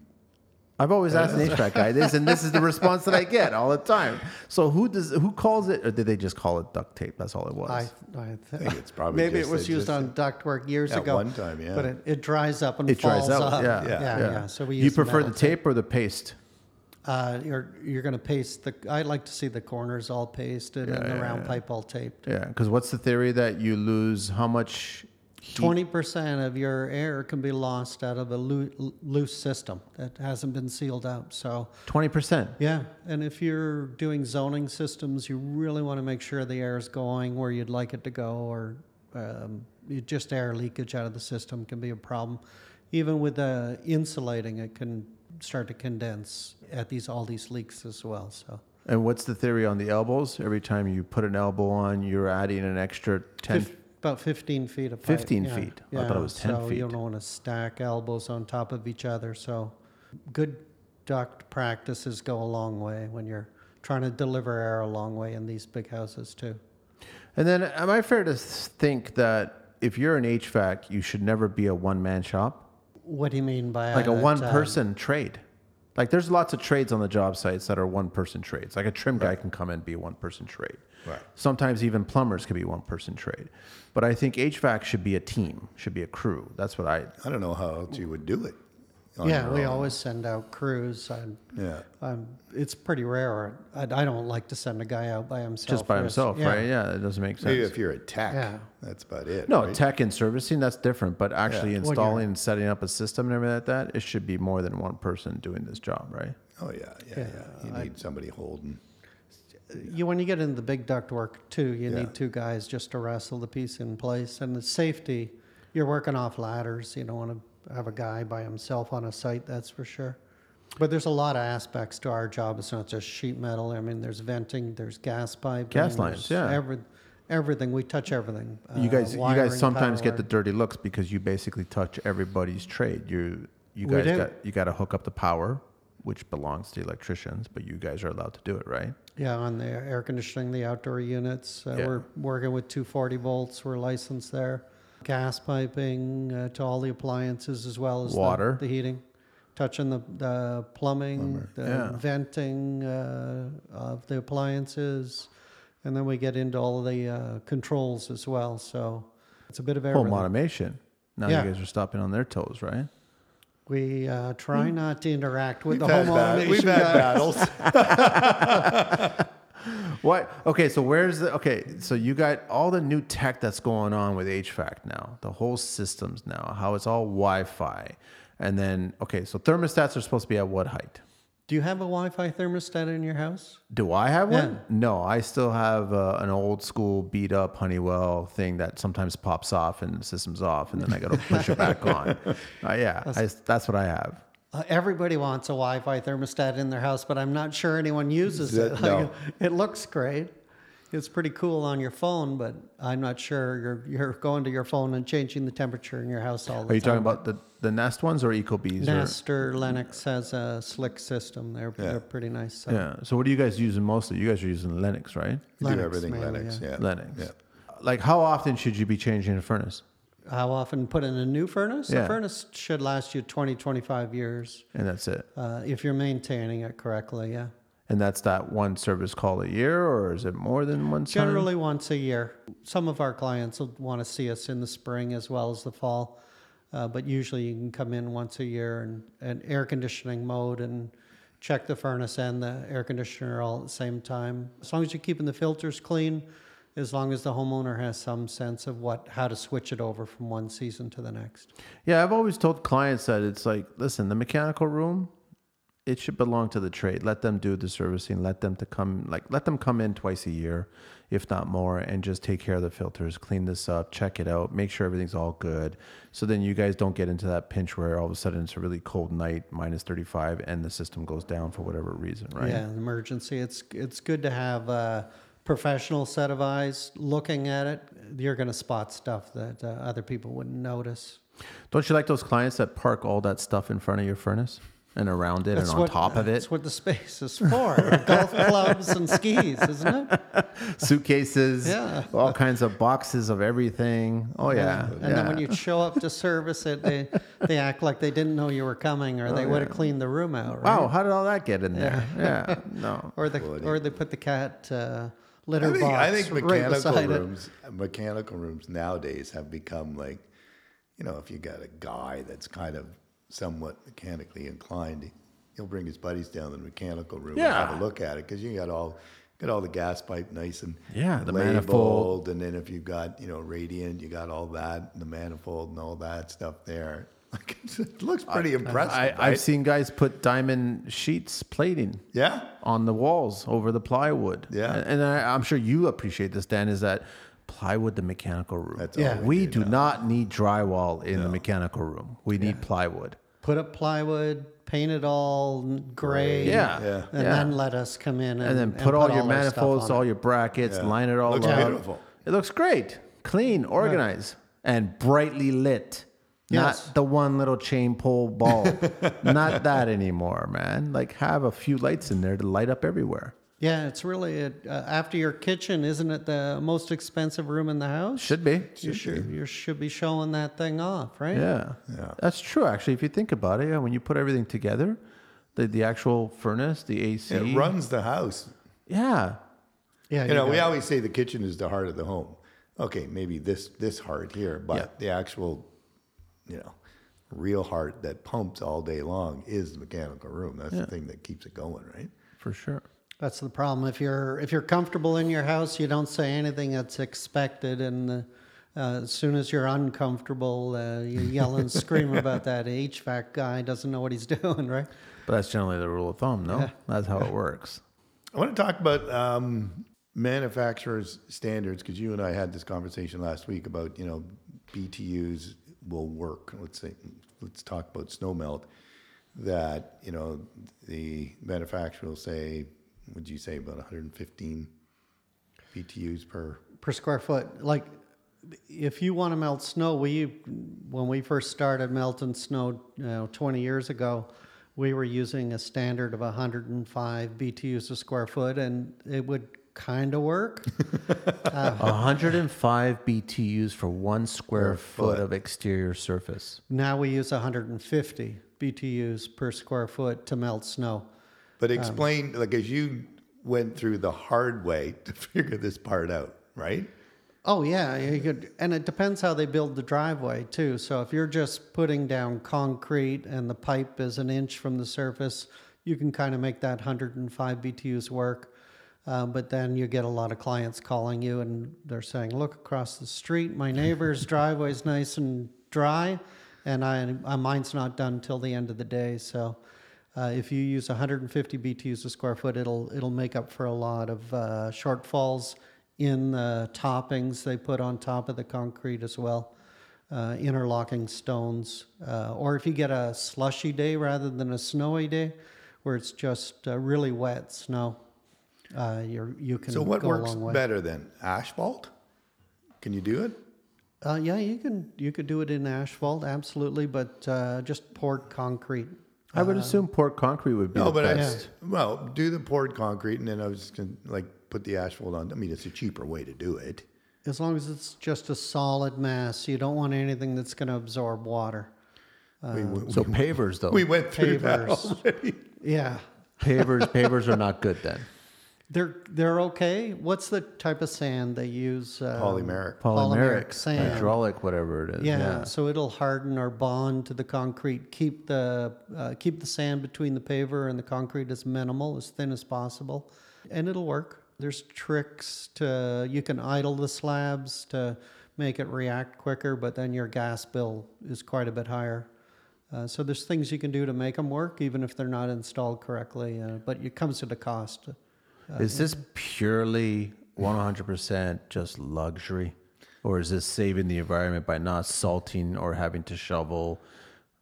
I've always asked an HVAC guy this, and this is the response that I get all the time. So who does who calls it, or did they just call it duct tape? That's all it was.
I, I
I
think [laughs]
think it's probably
maybe
just-
it was
they
used
just-
on ductwork years
At
ago.
one time, yeah.
But it, it dries up and
it
falls
dries out.
up.
Yeah.
yeah, yeah. So we
you
use
prefer the
metal
tape or the paste?
Uh, you're you're going to paste the. I like to see the corners all pasted and the round pipe all taped.
Yeah, because what's the theory that you lose how much
Twenty percent of your air can be lost out of a loo- loose system that hasn't been sealed up. So
Twenty percent.
yeah, and if you're doing zoning systems, you really want to make sure the air is going where you'd like it to go, or um, you- just air leakage out of the system can be a problem. Even with the insulating, it can start to condense at these all these leaks as well. So
And what's the theory on the elbows? Every time you put an elbow on, you're adding an extra ten.
Fif- about 15 feet apart.
15 feet. I thought it was 10
so
feet.
you don't want to stack elbows on top of each other. So good duct practices go a long way when you're trying to deliver air a long way in these big houses too.
And then, am I fair to s- think that if you're an HVAC, you should never be a one man shop,
What do you mean by
like a
that?
one
Um,
person trade? Like, there's lots of trades on the job sites that are one person trades. Like a trim guy can come in and be a one person trade.
Right.
Sometimes even plumbers can be one person trade. But I think HVAC should be a team, should be a crew. That's what I.
I don't know how else you would do it. on
yeah,
your
we
own.
always send out crews. I'm, [laughs]
Yeah.
I'm, it's pretty rare. I, I don't like to send a guy out by himself.
Just by
It's-
himself,
yeah.
right? Yeah, it doesn't make sense.
Maybe if you're a tech,
Yeah.
that's about it.
No,
right?
tech and servicing, that's different. But actually
you're-
installing and setting up a system and everything like that, it should be more than one person doing this job, right?
Oh yeah, yeah, yeah. You need somebody holding.
you when you get into the big duct work too, you
Yeah.
need two guys just to wrestle the piece in place. And the safety, you're working off ladders. You don't want to have a guy by himself on a site, that's for sure. But there's a lot of aspects to our job. It's not just sheet metal. I mean, there's venting, there's gas pipe,
Gas lines, yeah.
Every, everything we touch, everything.
you
Uh,
guys you
wiring,
guys sometimes
power.
get the dirty looks because you basically touch everybody's trade. You you
We
guys
do.
got you gotta hook up the power, which belongs to the electricians, but you guys are allowed to do it, right?
Yeah, on the air conditioning, the outdoor units. Uh,
Yeah.
We're working with 240 volts. We're licensed there. Gas piping uh, to all the appliances as well as the-
Water.
the, heating, touching the, the plumbing, the
Yeah.
venting uh, of the appliances. And then we get into all of the uh, controls as well. So it's a bit of everything.
Home automation. Now
Yeah.
you guys are stopping on their toes, right?
We uh, try not to interact with the
Hmm. We've had
home
bat-
automation.
We've had
guy.
[laughs] battles.
What? Okay, so where's the okay? So you got all the new tech that's going on with HVAC now, the whole systems now, how it's all Wi-Fi, and then okay, so thermostats are supposed to be at what height?
Do you have a Wi Fi thermostat in your house?
Do I have one?
Yeah.
No, I still have uh, an old school beat up Honeywell thing that sometimes pops off and the system's off, and then I
[laughs]
got to push it back on. Uh, yeah, I, that's what I have.
Uh, everybody wants a Wi-Fi thermostat in their house, but I'm not sure anyone uses
That-
it. [laughs]
no.
It looks great. It's pretty cool on your phone, but I'm not sure you're you're going to your phone and changing the temperature in your house all the
Are you talking
time.
about the the Nest ones or EcoBees? or-
Nest or Lennox has a slick system. They're they're pretty nice. So.
yeah. So what are you guys using mostly? You guys are using Linux, right?
We do
Lennox
everything
mainly,
Linux. Yeah.
Linux.
Yeah.
Like, how often should you be changing a furnace?
How often put in a new furnace?
Yeah.
A furnace should last you 20, 25 years
And that's it.
uh, if you're maintaining it correctly. Yeah.
And that's that one service call a year, or is it more than one? time?
Generally, once a year. Some of our clients will want to see us in the spring as well as the fall, uh, but usually you can come in once a year and, and air conditioning mode and check the furnace and the air conditioner all at the same time. As long as you're keeping the filters clean, as long as the homeowner has some sense of what how to switch it over from one season to the next.
Yeah, I've always told clients that it's like, listen, the mechanical room, it should belong to the trade. Let them do the servicing. Let them to come, like, let them come in twice a year, if not more, and just take care of the filters, clean this up, check it out, make sure everything's all good. So then you guys don't get into that pinch where all of a sudden it's a really cold night, minus thirty five, and the system goes down for whatever reason, right?
Yeah, an emergency. It's it's good to have a professional set of eyes looking at it. You're going to spot stuff that uh, other people wouldn't notice.
Don't you like those clients that park all that stuff in front of your furnace and around it and on top of it?
That's what the space is for. [laughs] golf clubs and skis, isn't it?
suitcases,
Yeah.
all kinds of boxes of everything. Oh yeah.
And then when you show up to service it, they, they act like they didn't know you were coming or they would have cleaned the room out, right?
Oh, wow, how did all that get in there? Yeah,
[laughs]
no.
Or, the, or they put the cat uh, litter
I think,
box
I think
right
mechanical
beside it.
rooms, mechanical rooms nowadays have become like, you know, if you got a guy that's kind of somewhat mechanically inclined, he'll bring his buddies down to the mechanical room and
Yeah.
have a look at it because you got all Got all the gas pipe nice and
Yeah, the
labeled,
manifold.
and then if you've got you know radiant, you got all that, the manifold and all that stuff there. [laughs] Like it looks pretty impressive.
I,
right?
I've seen guys put diamond sheets plating
yeah,
on the walls over the plywood.
Yeah.
and, and I, I'm sure you appreciate this, Dan. Is that plywood the mechanical room?
That's all Yeah. we
we, do not need drywall in the mechanical room. We need plywood.
Put up plywood, paint it all gray.
Yeah,
Yeah.
And
yeah.
then let us come in and,
and then
and
put all your
our stuff
manifolds,
on it.
all your brackets,
Yeah.
line it all
Looks
up.
beautiful.
It looks great, clean, organized, and brightly lit.
Yes.
Not the one little chain pole bulb. Not that anymore, man. Like have a few lights in there to light up everywhere.
Yeah, it's really a, uh, after your kitchen, isn't it the most expensive room in the house?
Should be.
you should you should be showing that thing off, right?
Yeah. That's true actually if you think about it. Yeah, when you put everything together, the the actual furnace, the AC.
it runs the house.
Yeah.
yeah.
You know,
got
we
it.
always say the kitchen is the heart of the home. Okay, maybe this this heart here, but
Yeah.
the actual, you know, real heart that pumps all day long is the mechanical room. That's the thing that keeps it going, right?
For sure.
That's the problem. If you're if you're comfortable in your house, you don't say anything that's expected, and uh, uh, as soon as you're uncomfortable, uh, you yell and
[laughs]
scream about that HVAC guy doesn't know what he's [laughs] doing, right?
But that's generally the rule of thumb, no? That's how it works.
I want to talk about um, manufacturers' standards because you and I had this conversation last week about you know BTUs will work. Let's say let's talk about snow melt. That you know the manufacturer will say, would you say about 115 BTUs per?
Per square foot, like if you want to melt snow, we when we first started melting snow, you know, 20 years ago, we were using a standard of 105 BTUs a square foot, and it would kind of work.
105 BTUs for one square foot
foot.
of exterior surface.
Now we use 150 BTUs per square foot to melt snow.
But
Um,
explain like as you went through the hard way to [laughs] figure this part out, right?
Oh yeah, you could, and it depends how they build the driveway too. So if you're just putting down concrete and the pipe is an inch from the surface, you can kind of make that 105 BTUs work. Uh, but then you get a lot of clients calling you and they're saying, "Look across the street, my neighbor's driveway's nice and dry, and I, uh, mine's not done till the end of the day." So. Uh, if you use 150 BTUs a square foot, it'll it'll make up for a lot of uh, shortfalls in the toppings they put on top of the concrete as well, uh, interlocking stones. Uh, or if you get a slushy day rather than a snowy day, where it's just uh, really wet snow, uh, you're, you can
So what
go
works
a long way.
better then asphalt? Can you do it?
Uh, yeah, you can you could do it in asphalt, absolutely, but uh, just poured concrete.
I would assume poured concrete would be
No,
the
but uh, I,
best.
well, do the poured concrete, and then I was just gonna like put the asphalt on. I mean, it's a cheaper way to do it.
As long as it's just a solid mass, you don't want anything that's going to absorb water.
Uh,
we, we,
So pavers though.
we went through that.
Pavers. Yeah.
pavers pavers are not good [laughs] then.
They're they're okay. What's the type of sand they use? Um,
Polymeric.
polymeric sand.
hydraulic, whatever it is.
Yeah, so it'll harden or bond to the concrete. Keep the uh, keep the sand between the paver and the concrete as minimal, as thin as possible, and it'll work. There's tricks to you can idle the slabs to make it react quicker, but then your gas bill is quite a bit higher. Uh, so there's things you can do to make them work, even if they're not installed correctly. Uh, but it comes at a cost.
Is this purely 100% just luxury? Or is this saving the environment by not salting or having to shovel,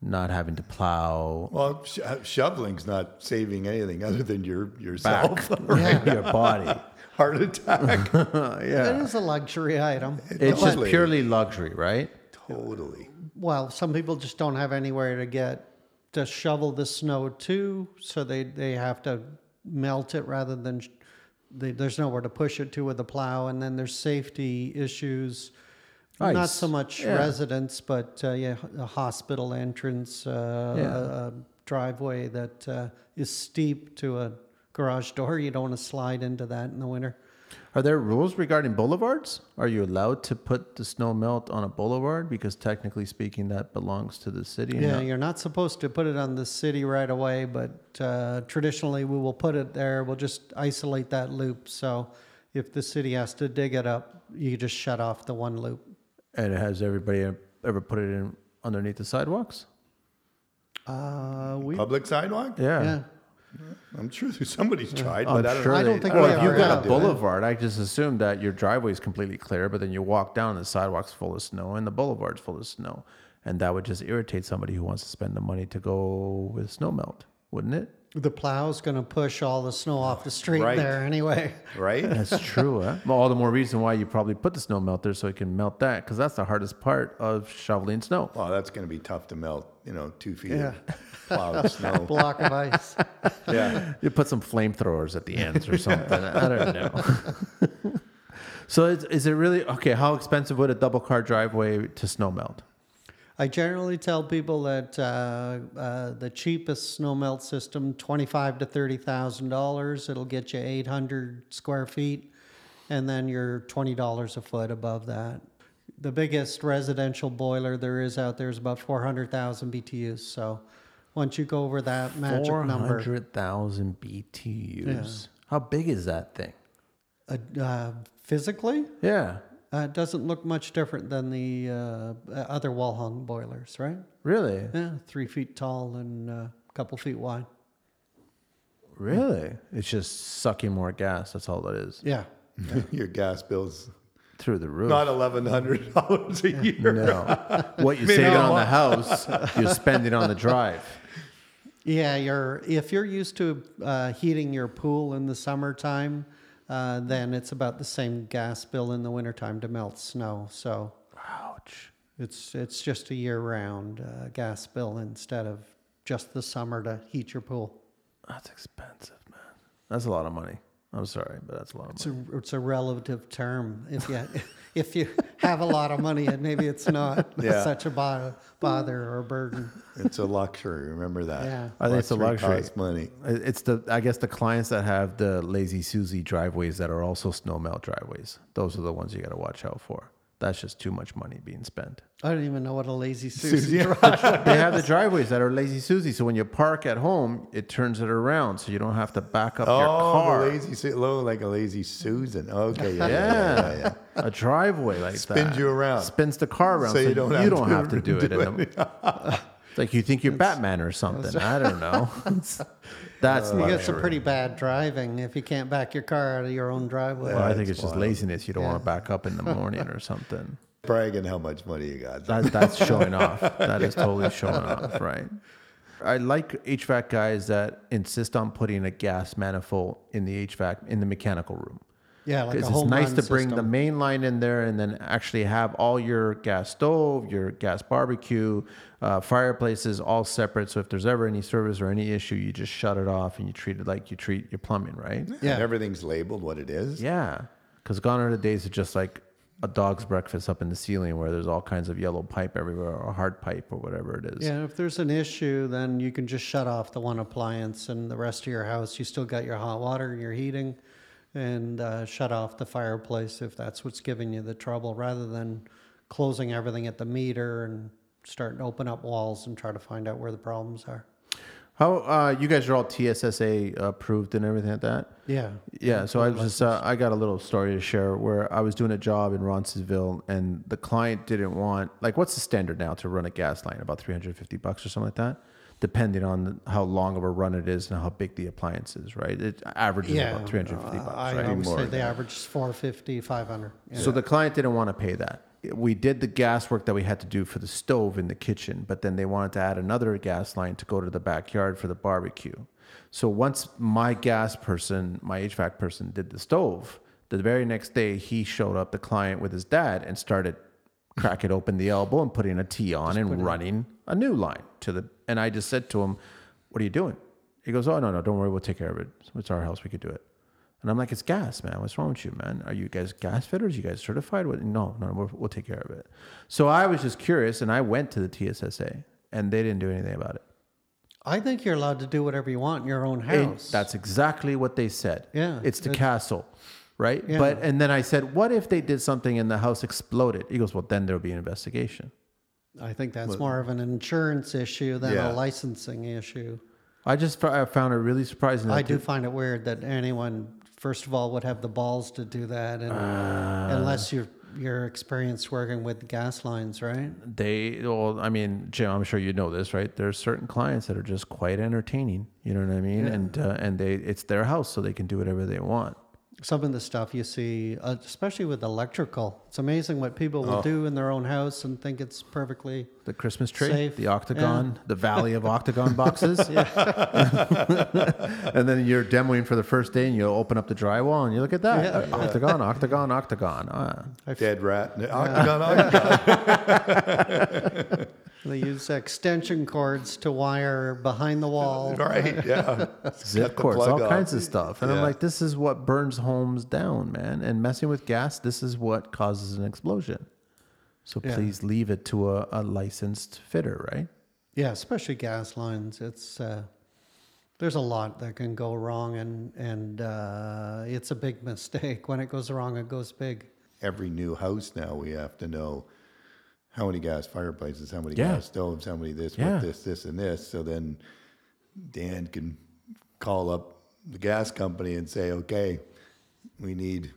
not having to plow
Well, sh- uh, shoveling's not saving anything other than your yourself.
[laughs] your body?
[laughs] Heart attack.
[laughs]
It is a luxury item.
It's just
Totally.
purely luxury, right?
totally.
Well, some people just don't have anywhere to get to shovel the snow to, so they, they have to melt it rather than sh- they, there's nowhere to push it to with a plow. And then there's safety issues, not
Ice.
so much
Yeah.
residents, but uh, yeah, a hospital entrance, uh,
Yeah.
a, a driveway that uh, is steep to a garage door. You don't want to slide into that in the winter.
Are there rules regarding boulevards? Are you allowed to put the snow melt on a boulevard? Because technically speaking, that belongs to the city. and
Yeah,
not-
you're not supposed to put it on the city right away, but uh, traditionally we will put it there. We'll just isolate that loop. So if the city has to dig it up, you just shut off the one loop.
And has everybody e-, ever put it in underneath the sidewalks?
Uh, we,
Public sidewalk?
Yeah. Oh,
yeah.
I'm sure there's somebody's tried,
I'm
but I don't
sure
know.
I don't
they-
think
well,
we
if
ever
you've got
have.
a boulevard, I just assume that your driveway is completely clear, but then you walk down and the sidewalk's full of snow and the boulevard's full of snow, and that would just irritate somebody who wants to spend the money to go with snow melt, wouldn't it?
The plow's going to push all the snow off the street
Right.
there anyway. [laughs]
Right?
[laughs] That's true. huh? Well, all the more reason why you probably put the snow melt there so it can melt that, because that's the hardest part of shoveling snow.
Well, that's going to be tough to melt, you know, two feet
Yeah.
of
[laughs]
plowed snow.
Block of ice.
Yeah.
You put some flamethrowers at the ends or something. I don't know. [laughs] so is, is it really okay? How expensive would a double car driveway to snow melt?
I generally tell people that uh, uh, the cheapest snow melt system, twenty-five to thirty thousand dollars, it'll get you eight hundred square feet, and then you're twenty dollars a foot above that. The biggest residential boiler there is out there is about four hundred thousand BTUs. So once you go over that magic
Four
number,
hundred thousand BTUs. How big is that thing?
uh, uh, physically,
Yeah,
uh, it doesn't look much different than the uh, uh, other wall hung boilers, right?
really,
Yeah, three feet tall and uh, a couple feet wide.
really. It's just sucking more gas. That's all it is.
Yeah.
[laughs] Your gas bill's
Through the roof.
not $1,100 a year. [laughs]
no, what you
Maybe
saving
not
on the
much.
house, you're spending on the drive.
Yeah, you're if you're used to uh, heating your pool in the summertime, uh, then it's about the same gas bill in the wintertime to melt snow. So
Ouch.
it's it's just a year round uh, gas bill instead of just the summer to heat your pool.
That's expensive, man. That's a lot of money. I'm sorry, but that's a lot of
It's
money.
a it's a relative term. If you [laughs] if you have a lot of money, and maybe it's not
[laughs] Yeah.
such a bo- bother or burden.
It's a luxury. Remember that.
Yeah.
I think it's a luxury.
costs money.
It- It's the I guess the clients that have the lazy Susie driveways that are also snow melt driveways. Those are the ones you got to watch out for. That's just too much money being [laughs] spent.
I don't even know what a
[laughs]
lazy Susie.
Yeah.
they have the driveways that are lazy Susie, so when you park at home, it turns it around, so you don't have to back up your
Oh,
car.
the lazy Su- low like a lazy Susan. Okay, yeah, yeah, yeah,
yeah,
yeah, yeah.
a driveway like
Spins
that
you around.
spins the car around, so, you don't, have, to do, it. in the- It's like you think you're Batman or something. I don't know. [laughs] That's
You
luxury.
get some pretty bad driving if you can't back your car out of your own driveway.
Well, I
Yeah,
think
it's
it's just laziness. You don't want to back up in the morning or [laughs] something.
Bragging how much money you got.
That, that's showing off. That is totally showing off, right? I like HVAC guys that insist on putting a gas manifold in the HVAC in the mechanical room.
Yeah, like a
Because
home
it's nice
run
to bring the
system.
main line in there and then actually have all your gas stove, your gas barbecue, uh, fireplaces all separate. So if there's ever any service or any issue, you just shut it off and you treat it like you treat your plumbing, right?
yeah.
And everything's labeled what it is.
Yeah, because gone are the days of just like a dog's breakfast up in the ceiling where there's all kinds of yellow pipe everywhere or hard pipe or whatever it is.
Yeah, if there's an issue, then you can just shut off the one appliance and the rest of your house. You still got your hot water and your heating, and uh, shut off the fireplace if that's what's giving you the trouble, rather than closing everything at the meter and starting to open up walls and try to find out where the problems are.
How uh, you guys are all TSSA approved and everything like that?
Yeah.
Yeah, so I just uh, I got a little story to share where I was doing a job in Roncesville and the client didn't want like what's the standard now to run a gas line about 350 bucks or something like that depending on how long of a run it is and how big the appliance is, right? It averages
Yeah. uh,
about 350 bucks,
I
right?
always say the average is 450, 500. Yeah.
So the client didn't want to pay that. We did the gas work that we had to do for the stove in the kitchen, but then they wanted to add another gas line to go to the backyard for the barbecue. So once my gas person, my HVAC person did the stove, the very next day he showed up the client with his dad and started cracking open the elbow and putting a T on and running a new line to the and I just said to him, "What are you doing?" He goes, "Oh no, no, don't worry, we'll take care of it. It's our house, we could do it." And I'm like, it's gas, man. What's wrong with you, man? Are you guys gas fitters? You guys certified? What? No, no, we'll, we'll take care of it. So I was just curious, and I went to the TSSA, and they didn't do anything about it.
I think you're allowed to do whatever you want in your own
It-
house.
that's exactly what they said.
Yeah,
it's the castle. right?
Yeah.
But and then I said, what if they did something and the house exploded? He goes, well, then there'll be an investigation.
I think that's more of an insurance issue than
Yeah.
a licensing issue.
I just fo- I found it really surprising. that
I
the-
do find it weird that anyone, first of all, would have the balls to do that, and unless you're you're experienced working with gas lines, right?
they well i mean jim i'm sure you know this right there's certain clients that are just quite entertaining you know what i mean and uh, and they it's their house so they can do whatever they want
Some of the stuff you see, uh, especially with electrical, it's amazing what people will do in their own house and think it's perfectly.
the christmas tree
Safe,
the octagon the valley
[laughs]
of octagon boxes [laughs] and then you're demoing for the first day and you open up the drywall and you look at that
Yeah.
octagon octagon octagon ah.
Dead rat. No, octagon, octagon. [laughs]
They use extension cords to wire behind the wall.
right. Yeah.
zip
the
cords,
plug
all
off.
kinds of stuff. And
Yeah.
I'm like, this is what burns homes down, man. And messing with gas, this is what causes an explosion. So
Yeah.
please leave it to a, a licensed fitter, right?
Yeah, especially gas lines. It's uh, there's a lot that can go wrong, and and uh, it's a big [laughs] mistake. When it goes wrong, it goes big.
Every new house now, we have to know how many gas fireplaces, how many
Yeah.
gas stoves, how many this,
Yeah.
what this, this, and this. So then Dan can call up the gas company and say, okay, we need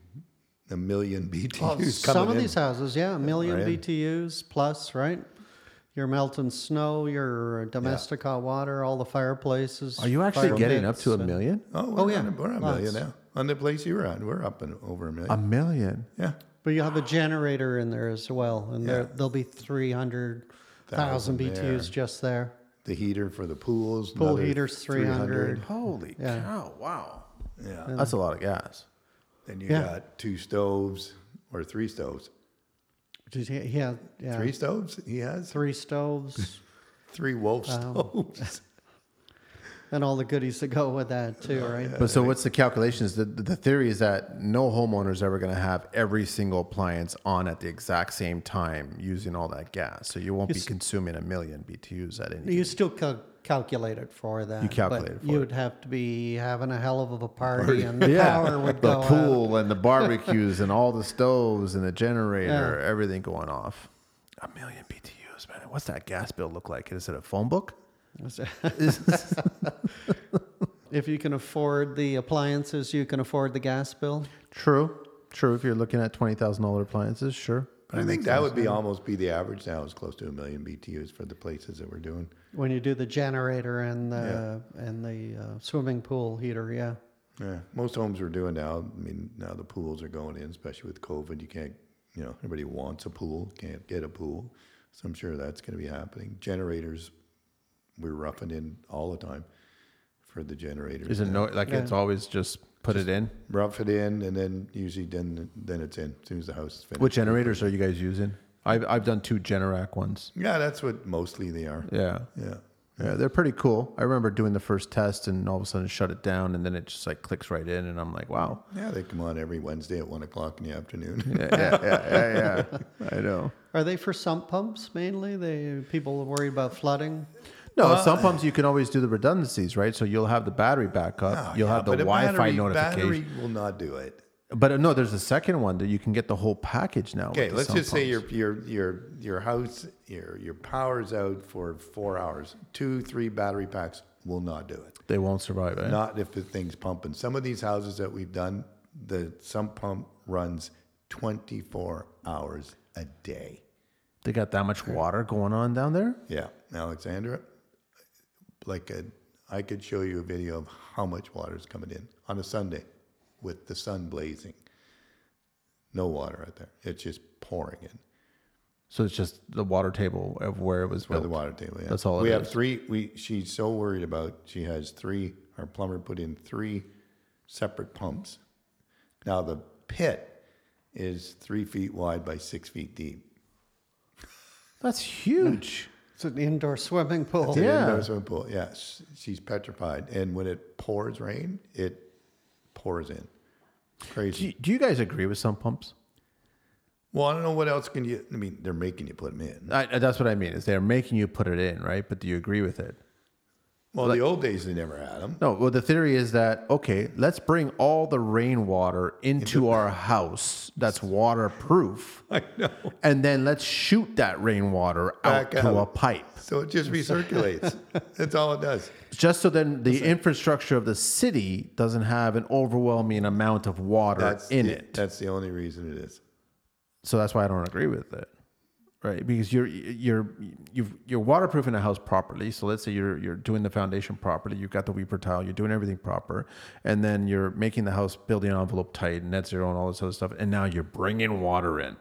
a million [laughs] BTUs coming
Oh, Some of
in.
these houses, yeah, a million
Right.
BTUs plus, right? Your melting snow, your domestic hot water, all the fireplaces.
Are you actually
fire
getting up
pits,
to a
and-
million?
Oh,
Oh,
we're
yeah,
on a, we're on a million
lots.
now. On the place you were at, we're up and over a million.
A million.
yeah,
But you have a generator in there as well, and there
Yeah.
there'll be three hundred thousand
Thousand
BTUs
there.
just there.
the heater for the pools.
Pool
another
heaters, 300.
Holy
Yeah.
cow. Wow.
Yeah,
That's a lot of gas.
and you
Yeah.
got two stoves or three stoves.
Which is, yeah, yeah,
Three stoves? He has
three stoves.
three wolf
Wow.
[laughs]
stoves.
and all the goodies that go with that too, right?
But so what's the calculations? The, the theory is that no homeowner is ever going to have every single appliance on at the exact same time using all that gas. So you won't be
Yes.
consuming a million BTUs at any.
You still cal- calculate it for that.
You calculate it for
You'd have to be having a hell of a party, and
[laughs]
the power would
the
go out.
pool and the barbecues and all the stoves and the generator, everything going off.
A million BTUs, man. What's that gas bill look like? Is it a phone book?
If you can afford the appliances, you can afford the gas bill.
True. True. If you're looking at $20,000 appliances, sure.
I think that would be almost be the average now. It's close to a million BTUs for the places that we're doing.
When you do the generator and the and the uh, swimming pool heater, yeah,
Yeah, most homes are doing now. I mean, now the pools are going in, especially with COVID. You can't, you know, everybody wants a pool, can't get a pool. So I'm sure that's going to be happening. Generators, we're roughing in all the time for the generators.
Is it no, like
Yeah.
it's always just put it in?
rough it in, and then usually then then it's in as soon as the house is finished.
What generators are you guys using? I've, I've done two Generac ones.
yeah, that's what mostly they are.
Yeah.
Yeah.
Yeah, they're pretty cool. I remember doing the first test and all of a sudden shut it down and then it just like clicks right in and I'm like, [laughs] wow.
Yeah, they come on every Wednesday at one o'clock in the afternoon.
Yeah, yeah, yeah, yeah, yeah. I know.
are they for sump pumps mainly? They people worried about flooding.
No,
Uh,
some pumps you can always do the redundancies, right? So you'll have the battery backup, you'll have the
But a
Wi-Fi
battery-
notification.
Battery will not do it.
But uh, no, there's a second one that you can get the whole package now. with
Okay,
the
let's
sump
just say
pumps.
your your your your house your your power's out for four hours. Two three battery packs will not do it.
they won't survive. Eh?
Not if the thing's pumping. Some of these houses that we've done, the sump pump runs twenty four hours a day.
They got that much water going on down there.
Yeah, Alexandra, like a, I could show you a video of how much water is coming in on a Sunday with the sun blazing. No water out there. It's just pouring in.
So it's just the water table of where it was
By
built.
the water table. Yeah.
That's all it
we have
is.
three. We she's so worried about. She has three. Our plumber put in three separate pumps. Now the pit is three feet wide by six feet deep. [laughs]
That's huge.
It's an indoor swimming pool.
It's an
Yeah.
indoor swimming pool. Yeah, sh- she's petrified. And when it pours rain, it pours in.
Do
Crazy.
you, do you guys agree with sump pumps?
Well, I don't know what else can you. I mean, they're making you put them in.
I, I- that's what I mean. Is they're making you put it in, right? But do you agree with it?
Well, the old days they never had them.
No, well, the theory is that okay, let's bring all the rainwater into our house that's waterproof,
[laughs] I know.
and then let's shoot that rainwater
Back
out to
out.
a pipe,
So it just
[laughs]
recirculates. That's all it does.
just so then the infrastructure of the city doesn't have an overwhelming amount of water
That's
in
the,
it.
That's the only reason it is.
so that's why I don't agree with it, right? Because you're you're you've, you're waterproofing a house properly. So let's say you're you're doing the foundation properly. You've got the weeper tile. You're doing everything proper, and then you're making the house building envelope tight, net zero, and all this other stuff. And now you're bringing water in,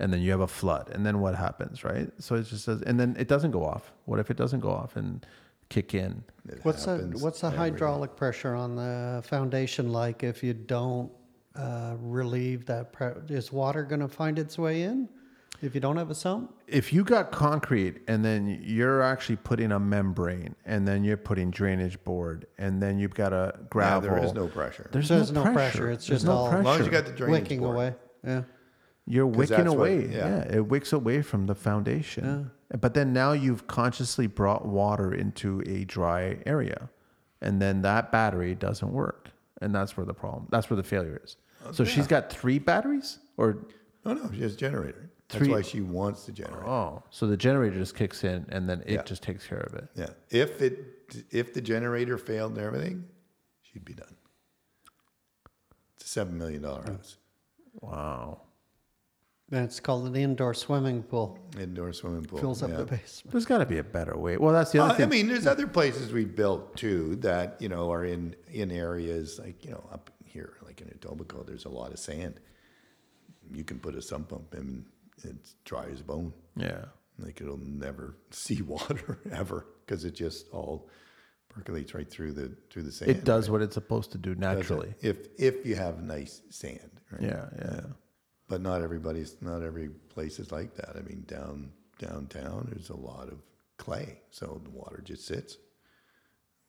and then you have a flood. And then what happens, right? So it just says, and then it doesn't go off. What if it doesn't go off and kick in?
It
What's the
happens
what's the
every-
hydraulic pressure on the foundation like if you don't uh, relieve that? Pre- is water going to find its way in if you don't have a sump?
if you got concrete and then you're actually putting a membrane and then you're putting drainage board and then you've got a
Yeah,
gravel.
there is no pressure.
There's,
There's no pressure. It's
There's
just
no
all-
pressure.
as long as you got the drainage
Wicking
board.
away. Yeah.
You're wicking
that's what-
away. yeah.
yeah.
it wicks away from the foundation. But then now you've consciously brought water into a dry area, and then that battery doesn't work, and that's where the problem. That's where the failure is.
Oh,
so she's got three batteries, or
No, no, she has a generator. That's
Three-
why she wants the generator.
oh, so the generator just kicks in, and then it
Yeah.
just takes care of it.
Yeah. If it if the generator failed and everything, she'd be done. It's a seven million dollar house.
Wow.
And it's called an indoor swimming pool.
Indoor swimming pool.
Fills up
yeah.
the basement.
There's got to be a better way. Well, that's the other
Uh,
thing.
I mean, there's other places we built too that you know are in in areas like you know up here, like in Etobicoke, there's a lot of sand. You can put a sump pump in, it's dry as a bone.
yeah.
Like it'll never [laughs] see water [laughs] ever because it just all percolates right through the through the sand.
It does what it's supposed to do naturally.
if if you have nice sand, right?
Yeah, yeah.
But not everybody's not every place is like that. I mean, down downtown there's a lot of clay, so the water just sits.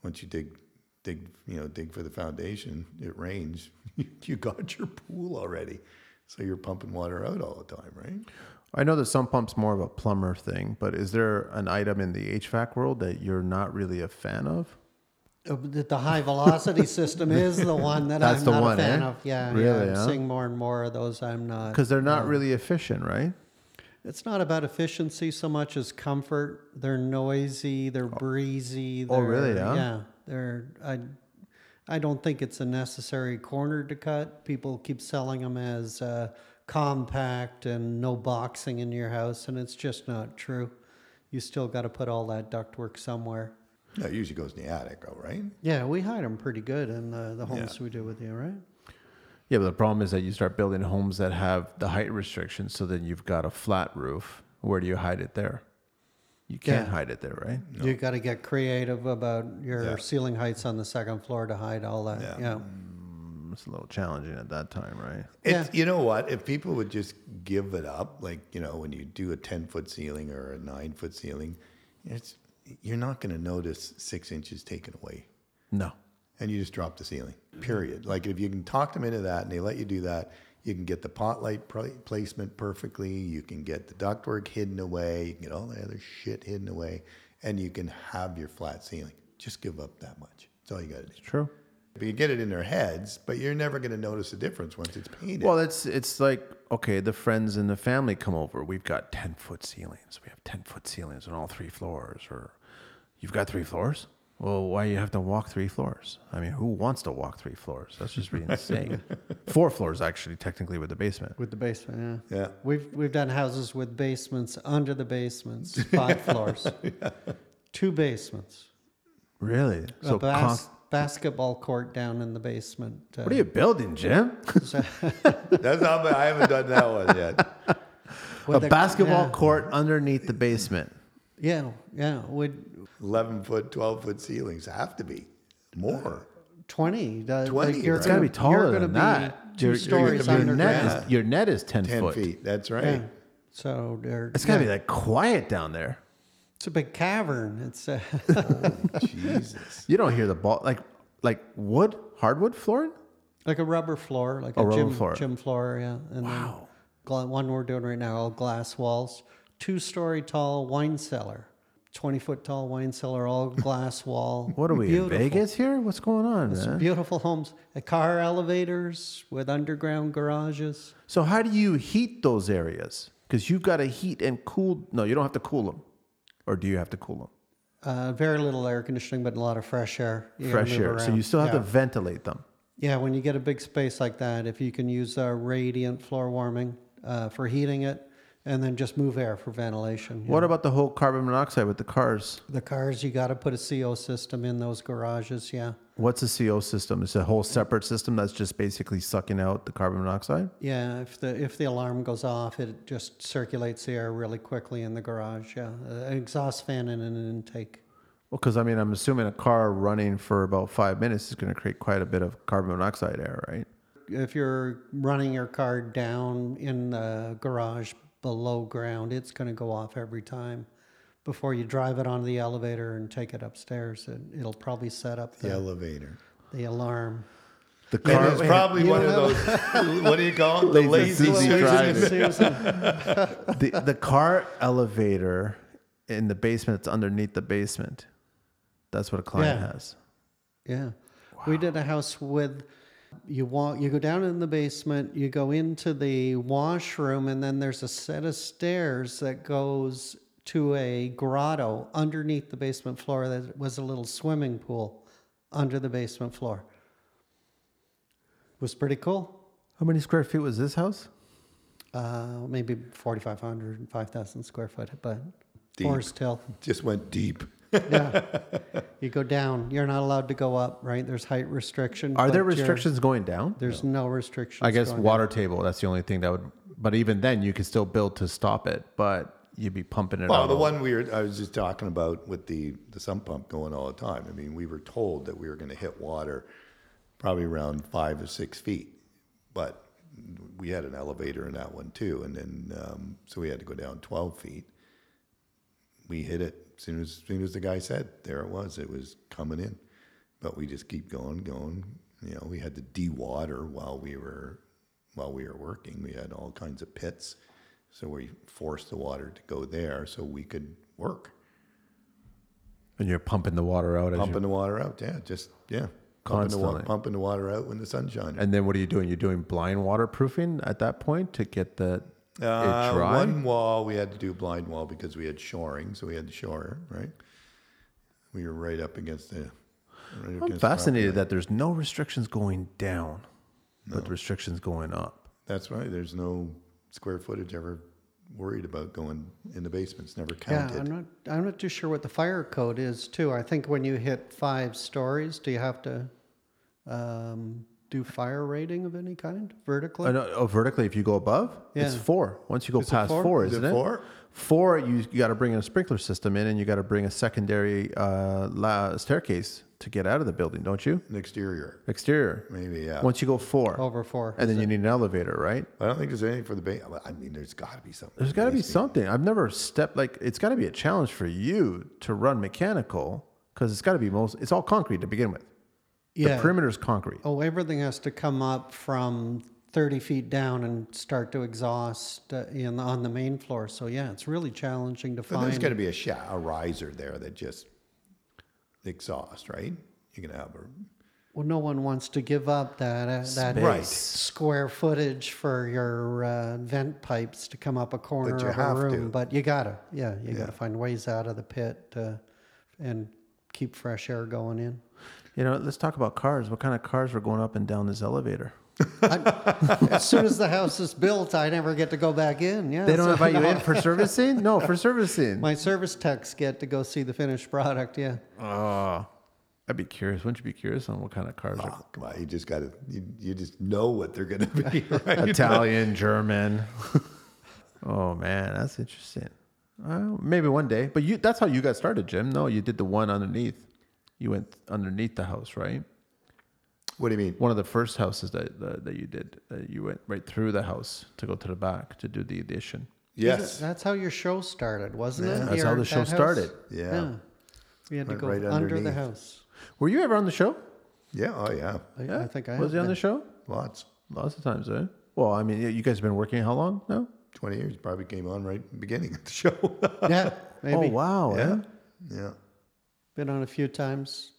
Once you dig dig you know dig for the foundation, it rains. [laughs] you got your pool already, so you're pumping water out all the time, right?
I know that some pumps more of a plumber thing, but is there an item in the HVAC world that you're not really a fan of?
Uh, The the high velocity system is the one that
[laughs] That's
I'm
the
not
one,
a fan
eh?
of. Yeah, yeah.
Really,
I'm
huh?
seeing more and more of those. I'm not.
Because they're not really efficient, right?
It's not about efficiency so much as comfort. They're noisy. They're breezy. They're,
Oh, really, yeah?
Yeah. They're I. I don't think it's a necessary corner to cut. People keep selling them as uh, compact and no boxing in your house, and it's just not true. You still got to put all that ductwork somewhere.
No, it usually goes in the attic, all right?
Yeah, we hide them pretty good in the, the homes we do with you, right?
Yeah, but the problem is that you start building homes that have the height restrictions, so then you've got a flat roof. Where do you hide it there? You can't
Yeah.
hide it there, right?
Mm.
You got to get creative about your
Yeah.
ceiling heights on the second floor to hide all that.
Yeah.
yeah.
Mm, It's a little challenging at that time, right?
It's, You know what? If people would just give it up, like you know, when you do a ten foot ceiling or a nine foot ceiling, it's you're not going to notice six inches taken away,
No.
and you just drop the ceiling. Period. Like if you can talk them into that, and they let you do that, you can get the pot light pla- placement perfectly. You can get the ductwork hidden away. You can get all the other shit hidden away, and you can have your flat ceiling. Just give up that much. That's all you got to do.
True.
But you get it in their heads, but you're never going to notice the difference once it's painted.
Well, it's it's like okay, the friends and the family come over. We've got ten foot ceilings. We have ten foot ceilings on all three floors. Or you've got three floors. Well, why you have to walk three floors? I mean, who wants to walk three floors? That's just being
[laughs]
insane. Four floors actually, technically, with the basement.
With the basement, yeah.
Yeah.
We've we've done houses with basements under the basements,
[laughs]
five floors, two basements,
Really?
a
So,
bas-
con-
basketball court down in the basement. Uh,
what are you building, Jim?
That's not. I haven't done that one yet.
with
a basketball
yeah,
court underneath the basement.
Yeah, yeah. Would
Eleven foot, twelve foot ceilings have to be more.
twenty? the-
20,
you're
It's
It's got to
gonna-
be taller
you're gonna
than
be
that.
2
Your- your-
stories
gonna be
your,
underground.
net is, your net is ten,
Ten
foot.
feet. That's right.
Yeah. So there.
It's got to be like quiet down there.
It's a big cavern. It's uh, [laughs]
Jesus.
You don't hear the ball like like wood hardwood flooring.
like a rubber floor, like a,
rubber
gym
floor.
gym floor. Yeah. And
Wow.
Then gla- one we're doing right now, all glass walls, two story tall wine cellar. 20 foot tall wine cellar,
[laughs]
all glass wall.
What are we
Beautiful.
in Vegas here? What's going on, man?
Beautiful homes, uh, car elevators with underground garages.
So how do you heat those areas? Because you've got to heat and cool. No, you don't have to cool them, or do you have to cool them?
Uh, very little air conditioning, but a lot of fresh air. You gotta
Fresh
move
air. So
around.
you still have
yeah.
to ventilate them.
Yeah, when you get a big space like that, if you can use uh, radiant floor warming uh, for heating it, and then just move air for ventilation. yeah.
What about the whole carbon monoxide with the cars?
the cars? You got to put a CO system in those garages. Yeah,
What's a CO system? It's a whole separate system that's just basically sucking out the carbon monoxide.
yeah. If the if the alarm goes off, it just circulates the air really quickly in the garage. Yeah, Uh, an exhaust fan and an intake.
Well, because I mean, I'm assuming a car running for about five minutes is going to create quite a bit of carbon monoxide air, right?
If you're running your car down in the garage below ground, it's going to go off every time. Before you drive it onto the elevator and take it upstairs, it, it'll probably set up the,
The elevator.
the alarm.
The
And
car.
it's probably
you
one of
know-
those. [laughs] what do you call it? The lazy,
Susie
Susan.
drive. Driving.
Susan.
the, the car elevator in the basement it's underneath the basement that's what a client
Yeah.
has
Yeah. We did a house with you walk you go down in the basement, you go into the washroom and then there's a set of stairs that goes to a grotto underneath the basement floor that was a little swimming pool under the basement floor. It was pretty cool.
how many square feet was this house
Uh, maybe 4,500, 5,000 square foot, but
Deep.
Forest Hill.
Just went deep.
Yeah. you go down. You're not allowed to go up, right? There's height restriction.
are there
but you're-
restrictions going down
There's no restrictions.
i guess
going
water table that's the only thing that would but even then you could still build to stop it but you'd be pumping it
Well,
out
the
all-
one we were, I was just talking about with the, the sump pump going all the time. I mean, we were told that we were going to hit water probably around five or six feet, but we had an elevator in that one too. And then, um, so we had to go down 12 feet. We hit it as soon as, as soon as the guy said, there it was, it was coming in. But we just keep going, going. You know, we had to de-water while we were while we were working. We had all kinds of pits, so we forced the water to go there so we could work,
and you're pumping the water out as you-
pumping the water out. Yeah, just yeah, pumping the, wa-
Constantly.
pumping the water out when the sun's shining.
and then what are you doing you're doing blind waterproofing at that point to get the
Uh,
it dry
One wall we had to do blind wall because we had shoring, so we had to shore right. We were right up against the. right against the
i'm
property
fascinated
line.
that there's no restrictions going down but restrictions going up
That's right. There's no square footage ever worried about going in the basements. Never
Yeah,
counted.
I'm not, I'm not too sure what the fire code is too. I think when you hit five stories, do you have to um, do fire rating of any kind vertically?
Oh, no, oh, vertically, if you go above, it's
Yeah.
four. Once you go
Is it
past
four?
four,
Is
isn't
it
it?
four?
Four, you, you got to bring in a sprinkler system in, and you got to bring a secondary uh, la- staircase to get out of the building, don't you?
An exterior,
Exterior.
maybe. Yeah.
Once you go four,
Over four.
and then you need an elevator, right?
I don't think there's anything for the base. I mean, there's got to be something.
There's
for the
got to be
basement.
something. I've never stepped like it's got to be a challenge for you to run mechanical because it's got to be most. It's all concrete to begin with.
yeah.
The perimeter's concrete.
oh, everything has to come up from 30 feet down and start to exhaust uh, in on the main floor. So yeah, it's really challenging to
But there's
find.
got to be a sha- a riser there that just exhaust, right? You're gonna have a
well, no one wants to give up that uh, that
Right.
square footage for your uh, vent pipes to come up a corner
you
of a
have
room,
to.
but you gotta, yeah, you gotta find ways out of the pit uh, and keep fresh air going in.
You know, let's talk about cars. What kind of cars were going up and down this elevator?
as soon as the house is built, I never get to go back in. Yeah,
They don't
so
invite you in for servicing?
[laughs]
No, for servicing.
my service techs get to go see the finished product. Yeah,
Oh, I'd be curious. Wouldn't you be curious on what kind of cars? [laughs]
oh, come on. You just gotta you, you just know what they're gonna be, [laughs] right?
Italian, German. [laughs] oh man, that's interesting. Well, maybe one day. But you—that's how you got started, Jim. No, you did the one underneath. You went underneath the house, right?
what do you mean?
One of the first houses that that, that you did. Uh, you went right through the house to go to the back to do the addition.
Yes,
that's how your show started, wasn't it?
That's
Here
how the
at
show
that house?
started.
Yeah.
we had to
Went
go
right
under the
underneath.
house.
Were you ever on the show?
yeah, oh yeah,
I, I think I
was.
have
He on the
been.
show
lots.
lots of times, eh? Well, I mean, you guys have been working how long now?
Twenty years probably came on right at the beginning of the show. [laughs]
[laughs] Yeah, maybe.
eh?
Oh wow! Yeah.
Yeah.
Been on a few times.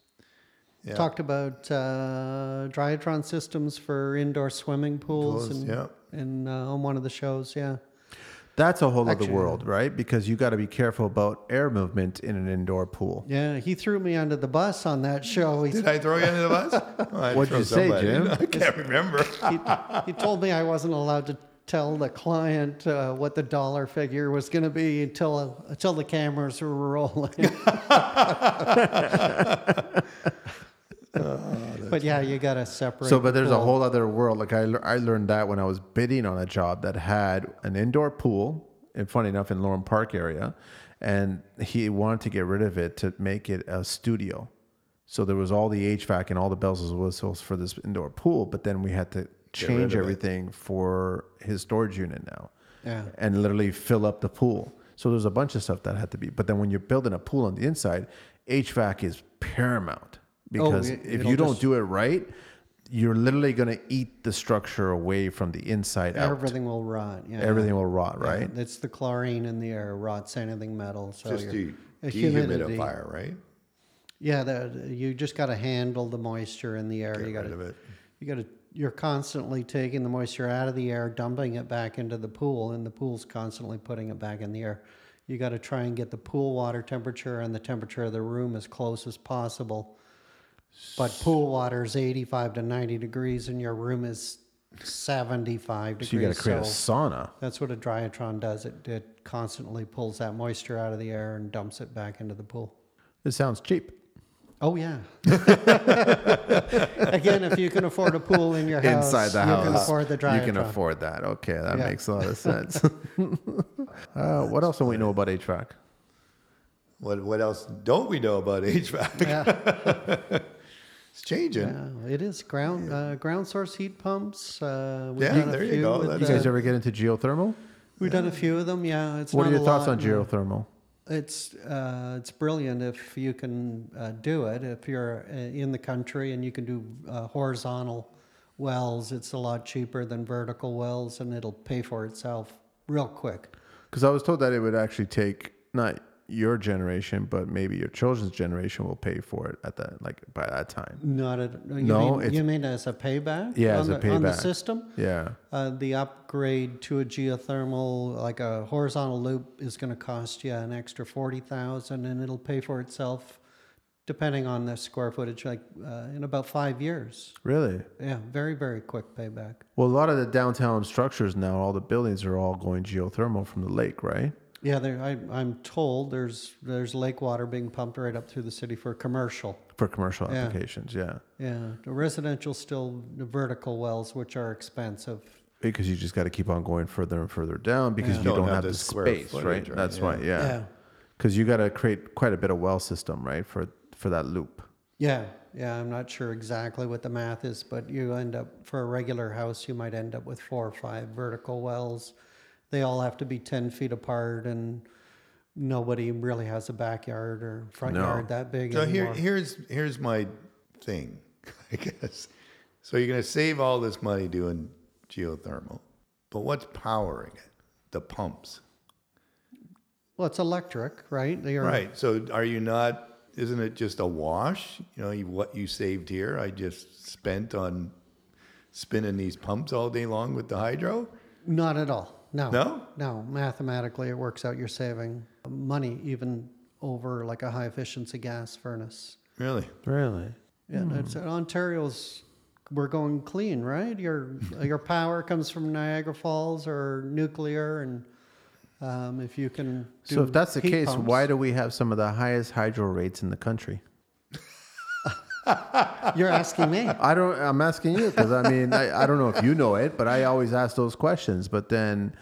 Yeah.
Talked about uh, dryatron systems for indoor swimming pools,
Pools,
and,
yeah.
and uh, on one of the shows. Yeah.
That's a whole
Actually-
other world, right? Because you got to be careful about air movement in an indoor pool.
Yeah. He threw me under the bus on that show. He,
Did I throw you under the [laughs] bus? Oh, Well, I'd
What'd
throw
you say, Jim?
[laughs] I can't remember.
he, he told me I wasn't allowed to tell the client uh, what the dollar figure was going to be until uh, until the cameras were
[laughs]
rolling. [laughs] but yeah, you got to separate.
So, but there's a
people.
whole other world. Like I, lear- I learned that when I was bidding on a job that had an indoor pool, and funny enough, in Lauren Park area, and he wanted to get rid of it to make it a studio. So there was all the HVAC and all the bells and whistles for this indoor pool, but then we had to change
of it.
everything for his storage unit now,
Yeah.
and literally fill up the pool. So there's a bunch of stuff that had to be. But then when you're building a pool on the inside, HVAC is paramount because
Oh, it-
if
it'll
you don't
just-
do it right, you're literally going to eat the structure away from the inside out. Everything,
everything will rot. Yeah.
will rot, right?
It's the chlorine in the air rots anything metal. So
Just
your-
a
uh, humidity.
dehumidifier, right?
Yeah, the, you just got to handle the moisture in the air. you got
rid of
to,
it.
you got to, you're constantly taking the moisture out of the air, dumping it back into the pool, and the pool's constantly putting it back in the air. You got to try and get the pool water temperature and the temperature of the room as close as possible. But pool water is 85 to 90 degrees, and your room is 75 degrees.
So you got to create a
so-
sauna.
that's what a dryatron does. It, it constantly pulls that moisture out of the air and dumps it back into the pool.
This sounds cheap.
Oh yeah. [laughs] Again, if you can afford a pool in your house,
Inside the
you
house,
can afford the dryatron.
You can afford that. Okay, that
Yeah.
makes a lot of sense. [laughs] uh, what else do we know about HVAC?
What what else don't we know about [laughs] HVAC?
[laughs] Yeah,
It's changing.
yeah, it is ground uh, ground source heat pumps. Uh, we've
Yeah,
done a
there you
few
go.
with
That's
the-
You guys ever get into geothermal?
we've done a few of them. Yeah, it's
What are
not
your
a
thoughts
lot,
on
no.
geothermal?
It's uh, it's brilliant if you can uh, do it. If you're uh, in the country and you can do uh, horizontal wells, it's a lot cheaper than vertical wells, and it'll pay for itself real quick.
Because I was told that it would actually take not your generation, but maybe your children's generation will pay for it at that like by that time.
Not at you
No,
Mean,
it's-
you mean as a payback?
Yeah,
on
as
the,
a
on the
payback.
system.
Yeah.
Uh, the upgrade to a geothermal, like a horizontal loop, is going to cost you an extra forty thousand, and it'll pay for itself, depending on the square footage, like uh, in about five years.
Really?
Yeah, very very quick payback.
Well, a lot of the downtown structures now, all the buildings are all going geothermal from the lake, right?
Yeah, there, I, I'm told there's there's lake water being pumped right up through the city for commercial.
For commercial
Yeah.
applications, yeah.
Yeah, the residential still the vertical wells, which are expensive.
Because you just got to keep on going further and further down because
Yeah.
you don't, have, the
square
space,
footage,
right?
right?
That's
Yeah.
why, yeah.
yeah.
Because you got to create quite a bit of well system, right, for for that loop.
Yeah, yeah, I'm not sure exactly what the math is, but you end up, for a regular house, you might end up with four or five vertical wells. They all have to be 10 feet apart, and nobody really has a backyard or front
No.
yard that big
So here,
anymore.
here's here's my thing, [laughs] I guess. So you're going to save all this money doing geothermal, but what's powering it? The pumps,
well, it's electric, right? They are,
right? So are you not? Isn't it just a wash? You know, you, what you saved here, I just spent on spinning these pumps all day long with the hydro.
Not at all. No.
No?
No. Mathematically, it works out. You're saving money even over like a high efficiency gas furnace.
Really?
Really? Hmm.
Yeah, that's Ontario's. We're going clean, right? Your your power comes from Niagara Falls or nuclear, and um, if you can. Do
So if that's the
heat
case,
pumps-
why do we have some of the highest hydro rates in the country?
[laughs] you're asking me?
I don't. I'm asking you because I mean, I, I don't know if you know it, but I always ask those questions. But then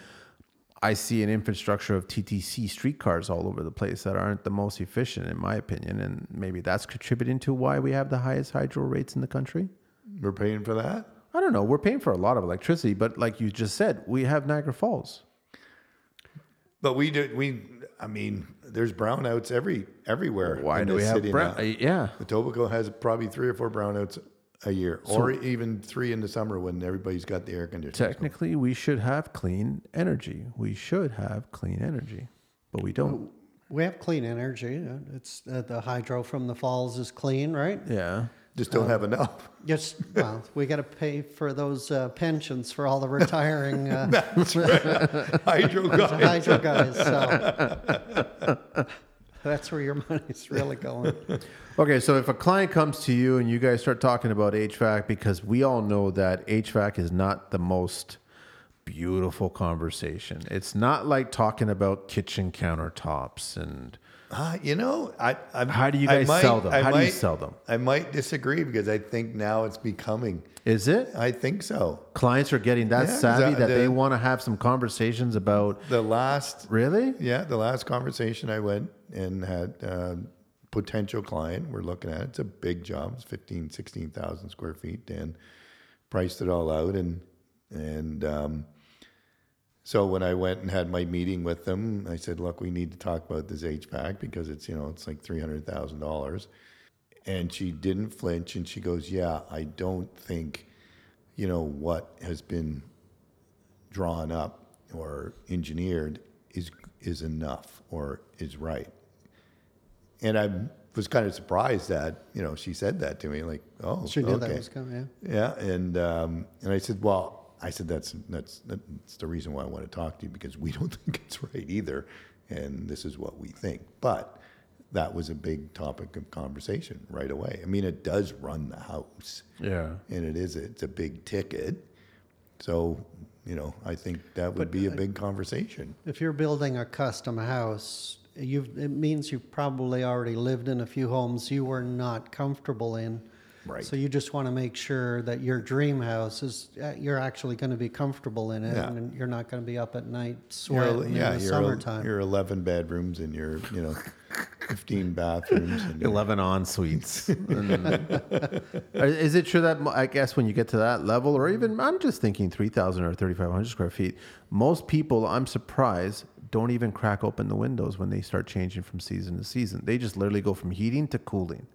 I see an infrastructure of TTC streetcars all over the place that aren't the most efficient, in my opinion, and maybe that's contributing to why we have the highest hydro rates in the country.
We're paying for that?
I don't know. We're paying for a lot of electricity, but like you just said, we have Niagara Falls.
But we do. We, I mean, there's brownouts every everywhere.
Why
in
do we
this
have
city
brown? uh,
now.
Yeah,
Etobicoke has probably three or four brownouts a year, or even three in the summer when everybody's got the air conditioning.
technically, we should have clean energy. We should have clean energy, but we don't.
We have clean energy. It's uh, the hydro from the falls is clean, right?
Yeah.
Just don't have enough. [laughs]
Yes. Well, we got to pay for those uh, pensions for all the retiring
[laughs]
uh,
Hydro guy.
hydro guys. So that's where your money's really
[laughs]
going.
Okay, so if a client comes to you and you guys start talking about HVAC, because we all know that HVAC is not the most beautiful conversation. It's not like talking about kitchen countertops and
Uh, you know, I, I
How do you
I
guys
might-
sell them?
I
How do you
might-
sell them?
I might disagree because I think now it's becoming.
is it?
I think so.
Clients are getting that
Yeah,
savvy
exa-
that they
the-
want to have some conversations about
The last
really?
Yeah, the last conversation I went and had a potential client, we're looking at it. it's a big job, it's 15, 16,000 square feet, and priced it all out. And, and um, so when I went and had my meeting with them, I said, look, we need to talk about this HVAC because it's, you know, it's like $300,000. And she didn't flinch and she goes, yeah, I don't think, you know, what has been drawn up or engineered is is enough or is right. And I was kind of surprised that you know she said that to me, like, oh,
She knew
okay.
that was coming. Yeah.
Yeah, and um, and I said, well, I said that's that's that's the reason why I want to talk to you because we [laughs] don't think it's right either, and this is what we think. But that was a big topic of conversation right away. I mean, it does run the house,
Yeah.
and it is it's a big ticket. So, you know, I think that would be a
uh,
big conversation.
If you're building a custom house, you've, it means you've probably already lived in a few homes you were not comfortable in.
Right.
So you just want to make sure that your dream house is uh, you're actually going to be comfortable in it,
Yeah.
and you're not going to be up at night
You're-
sweating in
yeah,
the
you're,
summertime.
you're 11 bedrooms and you're, you know, 15 bathrooms.
[laughs]
And you're-
Eleven en suites. is it true that mo- I guess when you get to that level, or even I'm just thinking three thousand or thirty five hundred square feet, most people I'm surprised don't even crack open the windows when they start changing from season to season. They just literally go from heating to cooling.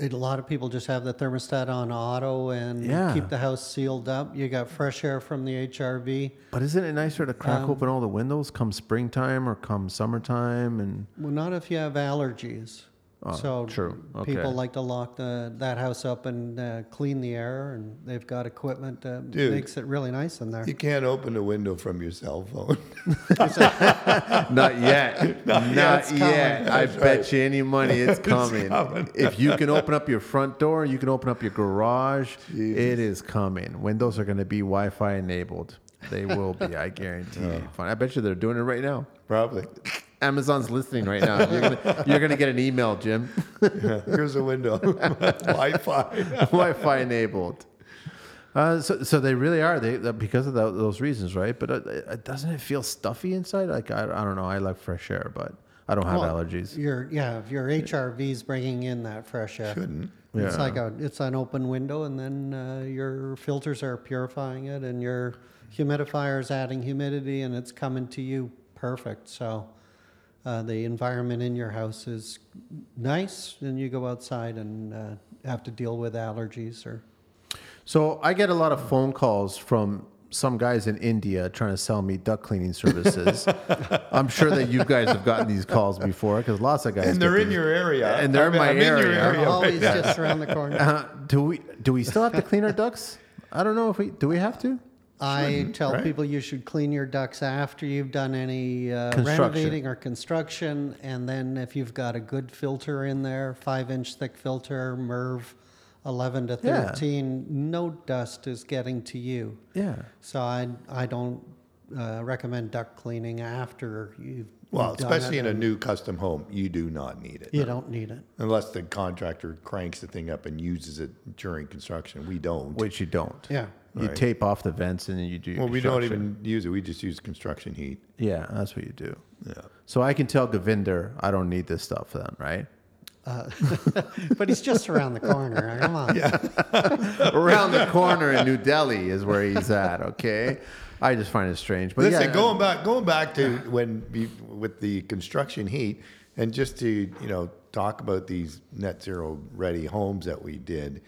And A lot of people just have the thermostat on auto and
Yeah.
keep the house sealed up. You got fresh air from the HRV.
But isn't it nicer to crack open all the windows come springtime or come summertime? And
Well, not if you have allergies. so
true. Okay.
people like to lock the, that house up and uh, clean the air, and they've got equipment that
Dude.
makes it really nice in there.
you can't open a window from your cell phone. [laughs]
not yet, not
it's coming.
I
That's
bet
right.
you any money it's coming.
coming.
if you can open up your front door, you can open up your garage. It is coming. Windows are going to be Wi-Fi enabled. They will be, I guarantee. you. Fine. I bet you they're doing it right now.
Probably.
Amazon's listening right now. You're gonna, you're gonna get an email, Jim. [laughs]
Here's a window. [laughs] Wi Fi.
Wi-Fi enabled. Uh, so, so they really are they that- because of tho- those reasons, right? But uh, uh, doesn't it feel stuffy inside? Like I, I don't know. I like fresh air, but I don't have
Well,
allergies.
Your yeah, if your HRV's bringing in that fresh air.
Shouldn't.
It's
Yeah.
like a it's an open window, and then uh, your filters are purifying it, and your humidifier is adding humidity, and it's coming to you perfect. So uh, the environment in your house is nice, and you go outside and uh, have to deal with allergies or
So I get a lot of phone calls from some guys in India trying to sell me duck
[laughs]
cleaning services. I'm sure that you guys have gotten these calls before because lots of guys
And
get
they're in
these.
your area.
And they're in my area.
always just around the corner.
Uh, do we do we still have to clean our ducks? I don't know if we do. We have to.
I tell
right?
people you should clean your ducts after you've done any uh,
Construction.
renovating or construction, and then if you've got a good filter in there, five-inch thick filter, MERV, eleven to
Yeah.
thirteen, no dust is getting to you.
Yeah.
So I I don't uh, recommend duct cleaning after you've
Well,
done it.
especially in a new custom home, you do not need it.
you don't need it.
Unless the contractor cranks the thing up and uses it during construction. We don't.
Which you don't.
[laughs]
Yeah.
You
Right.
tape off the vents and then you do. your
well, we don't
construction.
even use it. We just use construction heat.
Yeah, that's what you do.
Yeah.
So I can tell Govinder I don't need this stuff then, right?
[laughs]
But he's just around the corner. Come on.
Around the corner in New Delhi is where he's at. Okay, I just find it strange. But
Listen,
yeah,
going back, going back to when we, with the construction heat, and just to you know talk about these net zero ready homes that we did,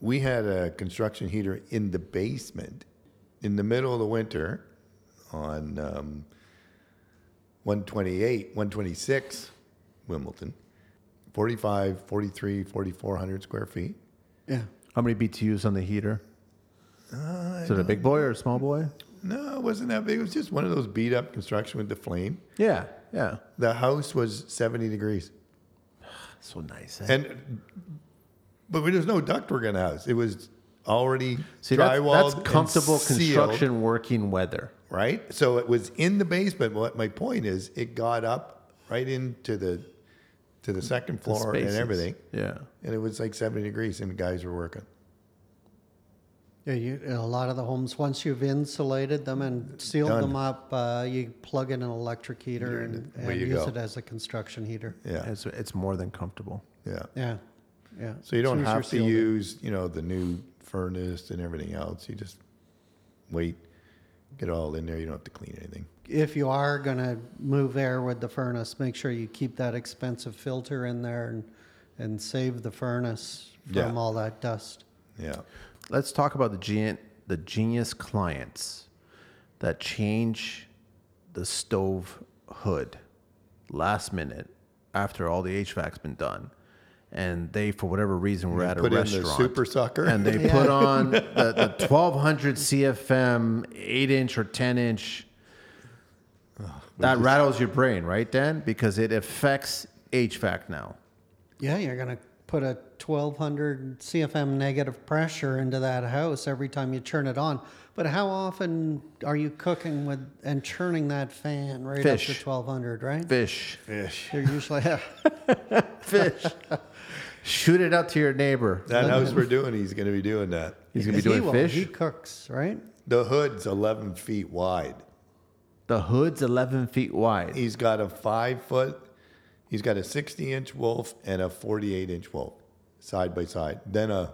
we had a construction heater in the basement in the middle of the winter on um, 128, 126 Wimbledon, 45, 43, 4,400 square feet.
Yeah.
How many BTUs on the heater?
Uh,
Is it a big boy or a small boy?
no, it wasn't that big. It was just one of those beat up construction with the flame.
Yeah, yeah.
The house was 70 degrees.
So nice. eh?
And but there's no ductwork in the house. It was already
See, that's,
drywalled.
that's
and
comfortable
sealed,
construction working weather.
right? So it was in the basement. What my point is, it got up right into the to the second
The
floor and
spaces.
everything,
Yeah.
and it was like 70 degrees, and the guys were working.
Yeah, you, a lot of the homes, once you've insulated them and sealed
Mm-hmm. Done.
them up, uh, you plug in an electric heater and,
There
and
you
use
go.
it as a construction heater.
Yeah,
It's, it's more than comfortable.
yeah.
Yeah, yeah.
So you
As
don't
soon as you're
have to
sealed in.
use, you know, the new furnace and everything else. You just wait, get it all in there. You don't have to clean anything.
If you are going to move air with the furnace, make sure you keep that expensive filter in there and, and save the furnace from
Yeah.
all that dust.
Yeah.
Let's talk about the gen- the genius clients that change the stove hood last minute after all the HVAC's been done. And they, for whatever reason, were at a
Put in
restaurant.
the super sucker. [laughs]
and they
Yeah. [laughs]
put on the, the 1200 CFM 8 inch or 10 inch. That rattles your brain, right, Dan? Because it affects HVAC now.
Yeah, you're going to put a 1200 CFM negative pressure into that house every time you turn it on. But how often are you cooking with and churning that fan right up
Fish.
to 1200, right? [laughs]
Fish,
Fish.
You're usually
fish. Shoot it out to your neighbor.
That house we're doing, he's going to be doing that.
[laughs] He's gonna be
he
doing
will,
fish.
He cooks, right?
The hood's 11 feet wide.
The hood's 11 feet wide.
He's got a five foot, he's got a 60 inch wolf and a 48 inch wolf side by side. Then a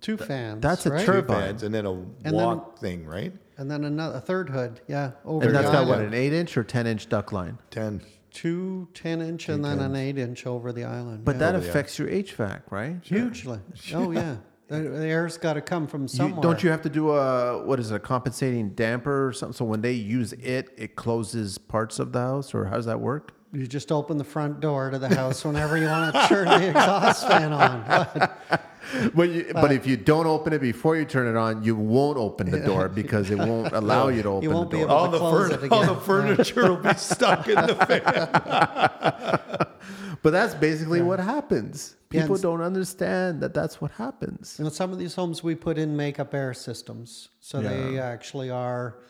Two fans.
that's a
right?
two
turbo. Turbine.
fans and then a
then-
walk thing, right?
And then another a third hood, yeah, over
And that's
the
got
island.
what, an 8 inch or 10 inch duck line?
10.
Two 10 inch and then an 8 inch over the island.
But
yeah.
that affects your HVAC, right? [laughs]
hugely. Oh, yeah. The, the air's got to come from
You-
somewhere.
don't you have to do a, what is it, a compensating damper or something? So when they use it, it closes parts of the house, or how does that work?
You just open the front door to the house whenever you want to turn the exhaust fan on.
[laughs] But, you,
Uh,
but if you don't open it before you turn it on, you won't open the
[laughs]
door because it won't allow you to open
won't be
the door.
able-
All
to
the,
close
furn-
it
all
again.
the furniture will be stuck in the fan.
But that's basically what happens.
Yeah,
People
and-
don't understand that that's what happens.
You know, some of these homes we put in makeup air systems, so they actually are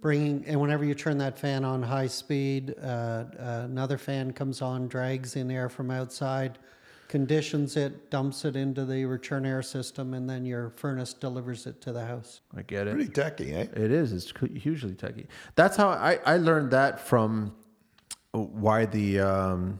bringing. And whenever you turn that fan on high speed, uh, uh, another fan comes on, drags in air from outside, conditions it, dumps it into the return air system, and then your furnace delivers it to the house.
I get it.
Pretty techy, eh?
It is. It's cu- hugely techy. That's how I, I learned that from uh, why the um,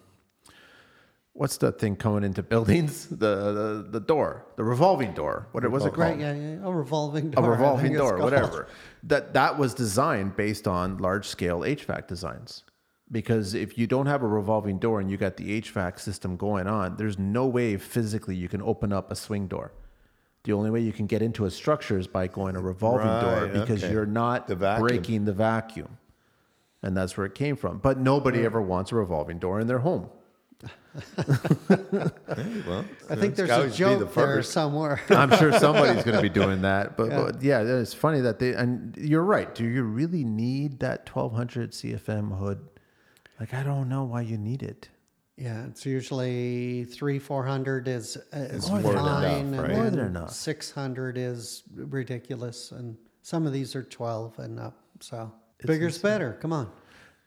what's that thing coming into buildings? [laughs] The the, the door, the revolving door. What was it called?
Right? Yeah, yeah. A revolving
[laughs]
A
door. I
revolving
think it's
door,
called.
whatever. That that was designed based on large scale HVAC designs. Because if you don't have a revolving door and you got the HVAC system going on, there's no way physically you can open up a swing door. The only way you can get into a structure is by going a revolving door
Right,
because
okay.
you're not
The vacuum.
breaking the vacuum. And that's where it came from. But nobody ever wants a revolving door in their home.
Well,
I think
it's
there's
gotta
a
be
joke there
first.
somewhere.
I'm sure somebody's going to be doing that. But yeah. but yeah, it's funny that they, and you're right. Do you really need that 1200 CFM hood? Like, I don't know why you need it.
Yeah, it's usually three, four hundred is uh, is
more
fine,
than enough,
and
right?
More than
then
enough.
six hundred is ridiculous, and some of these are twelve and up. So bigger's better. Come on,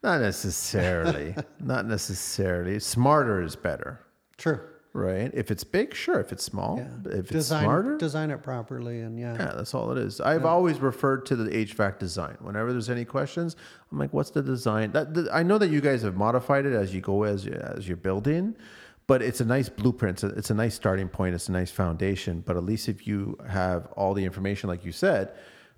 Not necessarily. [laughs] Not necessarily. Smarter is better,
true.
right? If it's big, sure. If it's small,
Yeah,
but if it's
design
smarter,
design it properly, and yeah,
yeah, that's all it is. I've always referred to the HVAC design. Whenever there's any questions, I'm like, "What's the design?" That, that- I know that you guys have modified it as you go as you- as you're building, but it's a nice blueprint. It's a, it's a nice starting point. It's a nice foundation. But at least if you have all the information, like you said,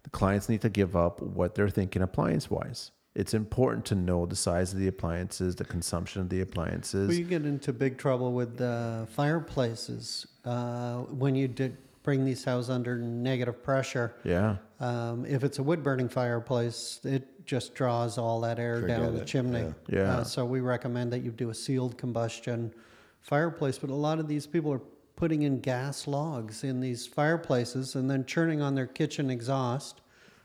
the clients need to give up what they're thinking appliance wise. It's important to know the size of the appliances, the consumption of the appliances.
Well, you get into big trouble with uh, fireplaces uh, when you did bring these houses under negative pressure.
yeah.
Um, if it's a wood burning fireplace, it it just draws all that air down
Forget
the
it,
chimney.
yeah. Yeah.
Uh, so we recommend that you do a sealed combustion fireplace. But a lot of these people are putting in gas logs in these fireplaces and then churning on their kitchen exhaust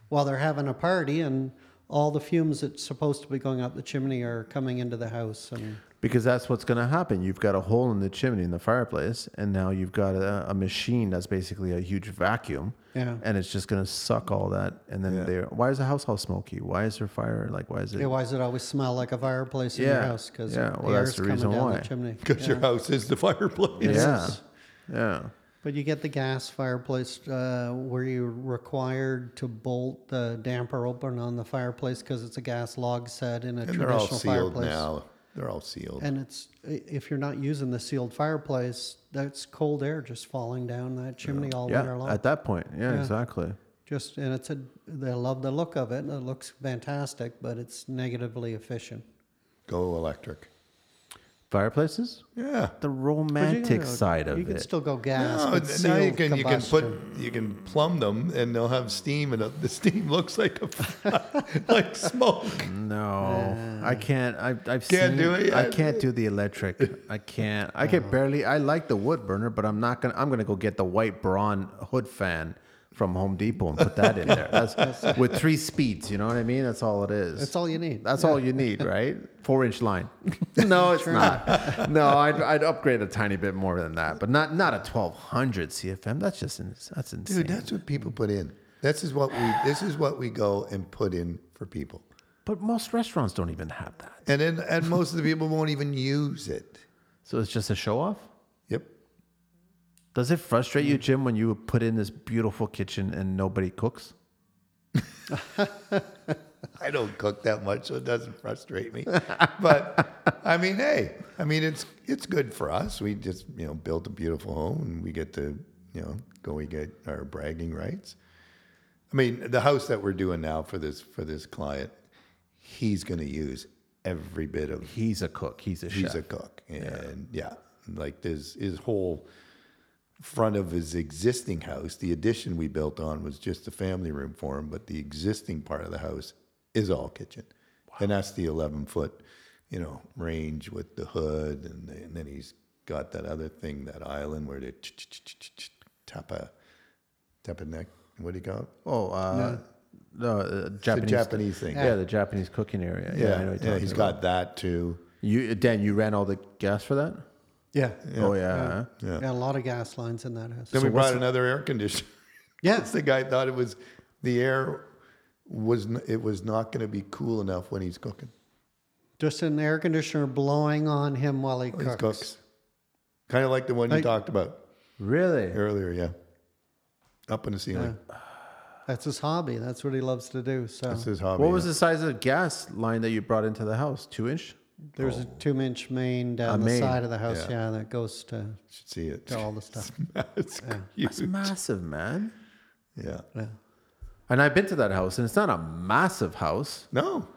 while they're having a party, and all the fumes that's supposed to be going up the chimney are coming into the house. And
because that's what's going to happen. You've got a hole in the chimney in the fireplace, and now you've got a, a machine that's basically a huge vacuum,
Yeah.
and it's just going to suck all that. And then there, why is the house all smoky? Why is there fire? Like, why is it?
yeah, why does it always smell like a fireplace in your
Yeah.
house? Because
Yeah,
the
well, that's
air's
the
coming
reason
down
why.
the chimney.
because
Yeah.
your house is the fireplace.
yeah,
is.
yeah.
But you get the gas fireplace uh, where you're required to bolt the damper open on the fireplace because it's a gas log set in a
And they're
traditional
all sealed
fireplace.
now. They're all sealed.
And it's i- if you're not using the sealed fireplace, that's cold air just falling down that chimney all
Yeah,
winter long.
at that point, yeah,
Yeah.
exactly.
just and it's a they love the look of it. and It looks fantastic, but it's negatively efficient.
Go electric.
Fireplaces,
Yeah.
But
the
you
romantic
can go-
side of
You can
it.
still go gas.
No,
but
th- now you
sealed
can you can put
combustion.
you can plumb them and they'll have steam and it- the steam looks like a [laughs] f- like smoke.
no, I can't. I, I've
Can't
seen,
do it
I
yet.
can't do the electric. I can't. I can barely. I like the wood burner, but I'm not gonna. I'm gonna go get the white brawn hood fan from Home Depot and put that in there. That's with three speeds. You know what I mean? That's all it is.
That's all you need.
That's all you need, right? Four inch line. [laughs] no, it's not. No, I'd, I'd upgrade a tiny bit more than that, but not not a 1200 CFM. That's just ins- that's insane.
Dude, that's what people put in. This is what we this is what we go and put in for people.
but most restaurants don't even have that.
And then and most of the people won't even use it.
So it's just a show off.
Yep.
Does it frustrate you, Jim, when you put in this beautiful kitchen and nobody cooks?
[laughs] I don't cook that much, so it doesn't frustrate me. but I mean, hey, I mean it's it's good for us. We just you know built a beautiful home, and we get to you know go. We get our bragging rights. I mean, the house that we're doing now for this for this client, he's going to use every bit of.
He's a cook. He's a
He's a
chef.
cook, and yeah, like this his whole front of his existing house. The addition we built on was just a family room for him, but the existing part of the house is all kitchen. And that's the 11 foot, you know, range with the hood. And, the- and then he's got that other thing, that island where they ch- ch- ch- ch- ch- ch- tap a, tap a neck. What do you call it?
oh, uh, no, uh, Japanese.
Japanese thing.
Yeah. the Japanese cooking area. Yeah, I know
Yeah,
what you're
yeah
talking
he's
about.
got that too.
You, Dan, you ran all the gas for that?
Yeah.
Oh, yeah.
yeah. Got a lot of gas lines in that house.
Then we brought another air conditioner.
Yes.
the guy thought it was the air was n- it was not going to be cool enough when he's cooking.
Just an air conditioner blowing on him while he
He
cooks.
cooks. Kind of like the one you
Like-
talked about
Really?
earlier, yeah. Up in the ceiling.
That's his hobby. That's what he loves to do. So
That's his hobby.
What was the size of the gas line that you brought into the house? Two inch?
there's a two inch main
A
down the
main,
side of the house.
Oh. yeah.
Yeah. that goes to,
You should see it.
to all
[laughs]
the stuff.
It's
[laughs] That's
huge.
massive, man.
Yeah.
Yeah.
And I've been to that house, and it's not a massive house,
No.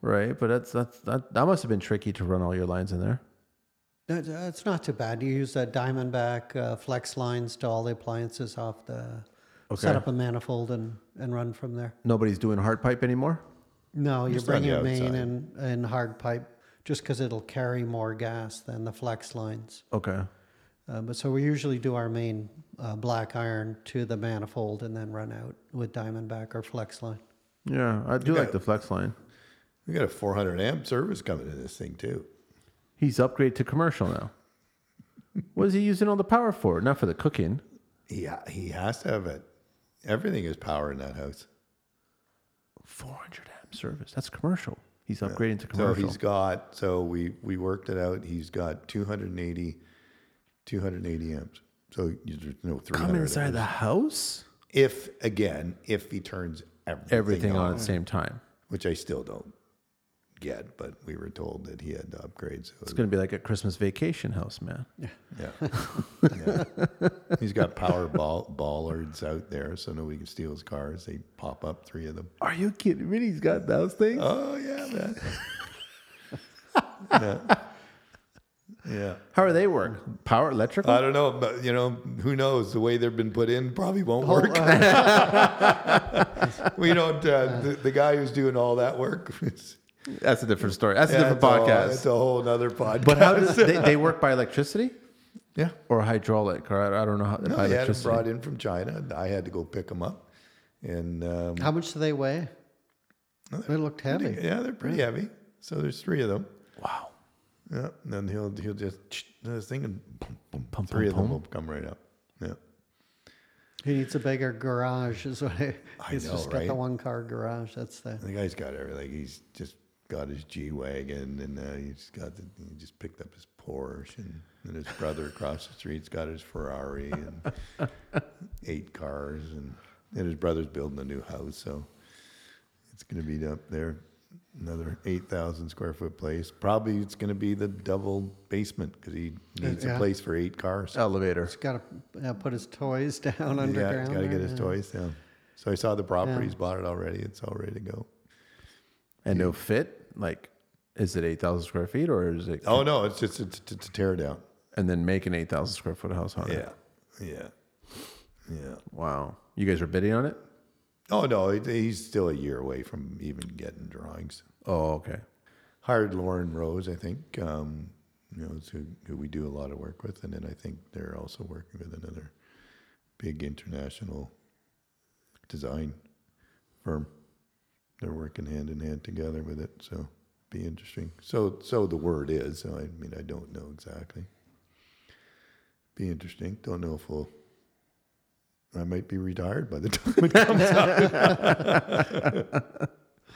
right? But that's that's that, that must have been tricky to run all your lines in there.
That's, that's uh, not too bad. You use that Diamondback uh, flex lines to all the appliances off the. Set
Okay.
up a manifold and, and run from there.
Nobody's doing hard pipe anymore.
No, you
Just on
bring
the
your main
outside.
and, and hard pipe just because it'll carry more gas than the flex lines.
Okay.
Uh, but so we usually do our main uh, black iron to the manifold and then run out with Diamondback or flex line.
Yeah, I do like the flex line.
We got a 400 amp service coming in this thing too.
He's upgraded to commercial [laughs] now. what is he using all the power for? Not for the cooking.
He he has to have it. Everything is power in that house.
400 amp service. That's commercial. He's upgrading to commercial.
So he's got so we we worked it out. He's got 280 280 amps. So you- there's no 300
Come inside
amps.
the house.
if again, if he turns everything,
Everything
on,
on at the same time.
which I still don't get, but we were told that he had to upgrade. So
It's gonna be like a Christmas vacation house, man.
yeah,
[laughs]
yeah. he's got power ball, ballards out there, so nobody can steal his cars. They pop up three of them.
Are you kidding? Really? He's got those things?
[laughs] Oh yeah, man. Yeah.
How are they work? Power, electrical?
I don't know, but you know, who knows? The way they've been put in probably won't work. [laughs] we don't. Uh, the, the guy who's doing all that work. [laughs] is-
That's a different story. That's a
that's
different
a whole-
podcast.
That's a whole other podcast.
but how [laughs] does they, they work by electricity
yeah.
or hydraulic? Or I, I don't know how.
No,
by
they had them
electricity.
brought in from China. and I had to go pick them up, and um,
How much do they weigh? They looked heavy.
yeah, they're pretty heavy. So there's three of them. Wow. Yeah. And then he'll he'll just this thing and boom, boom,
Pum,
three of
pum,
them
pum.
will come right up. Yeah.
He needs a bigger garage, is what I,
I
he's
know,
just got the
right?
one car garage. That's the
The guy's got everything. He's just got his G wagon, and uh, he's got the, he just picked up his Porsche, and, and his brother across the street's got his Ferrari and
[laughs]
eight cars, and, and his brother's building a new house, so it's going to be up there another eight thousand square foot place. Probably it's going to be the double basement because he needs
Uh, yeah.
a place for eight cars.
elevator.
he's got to uh, put his toys [laughs] down underground.
yeah, he's got to
there,
get his
yeah.
toys down. So I saw the property. He's bought it already. It's all ready to go.
And no fit? Like, is it 8,000 square feet or is it?
Oh no, it's just it's, it's a tear down.
And then make an 8,000 square foot house on it.
Yeah, yeah, yeah.
Wow. You guys are bidding on it?
Oh no, he- he's still a year away from even getting drawings.
Oh, okay.
Hired Lauren Rose, I think. Um, you know, it's who, who we do a lot of work with, and then I think they're also working with another big international design firm. They're working hand in hand together with it, so be interesting. So, so the word is. So I mean, I don't know exactly. Be interesting. Don't know if we'll. I might be retired by the time.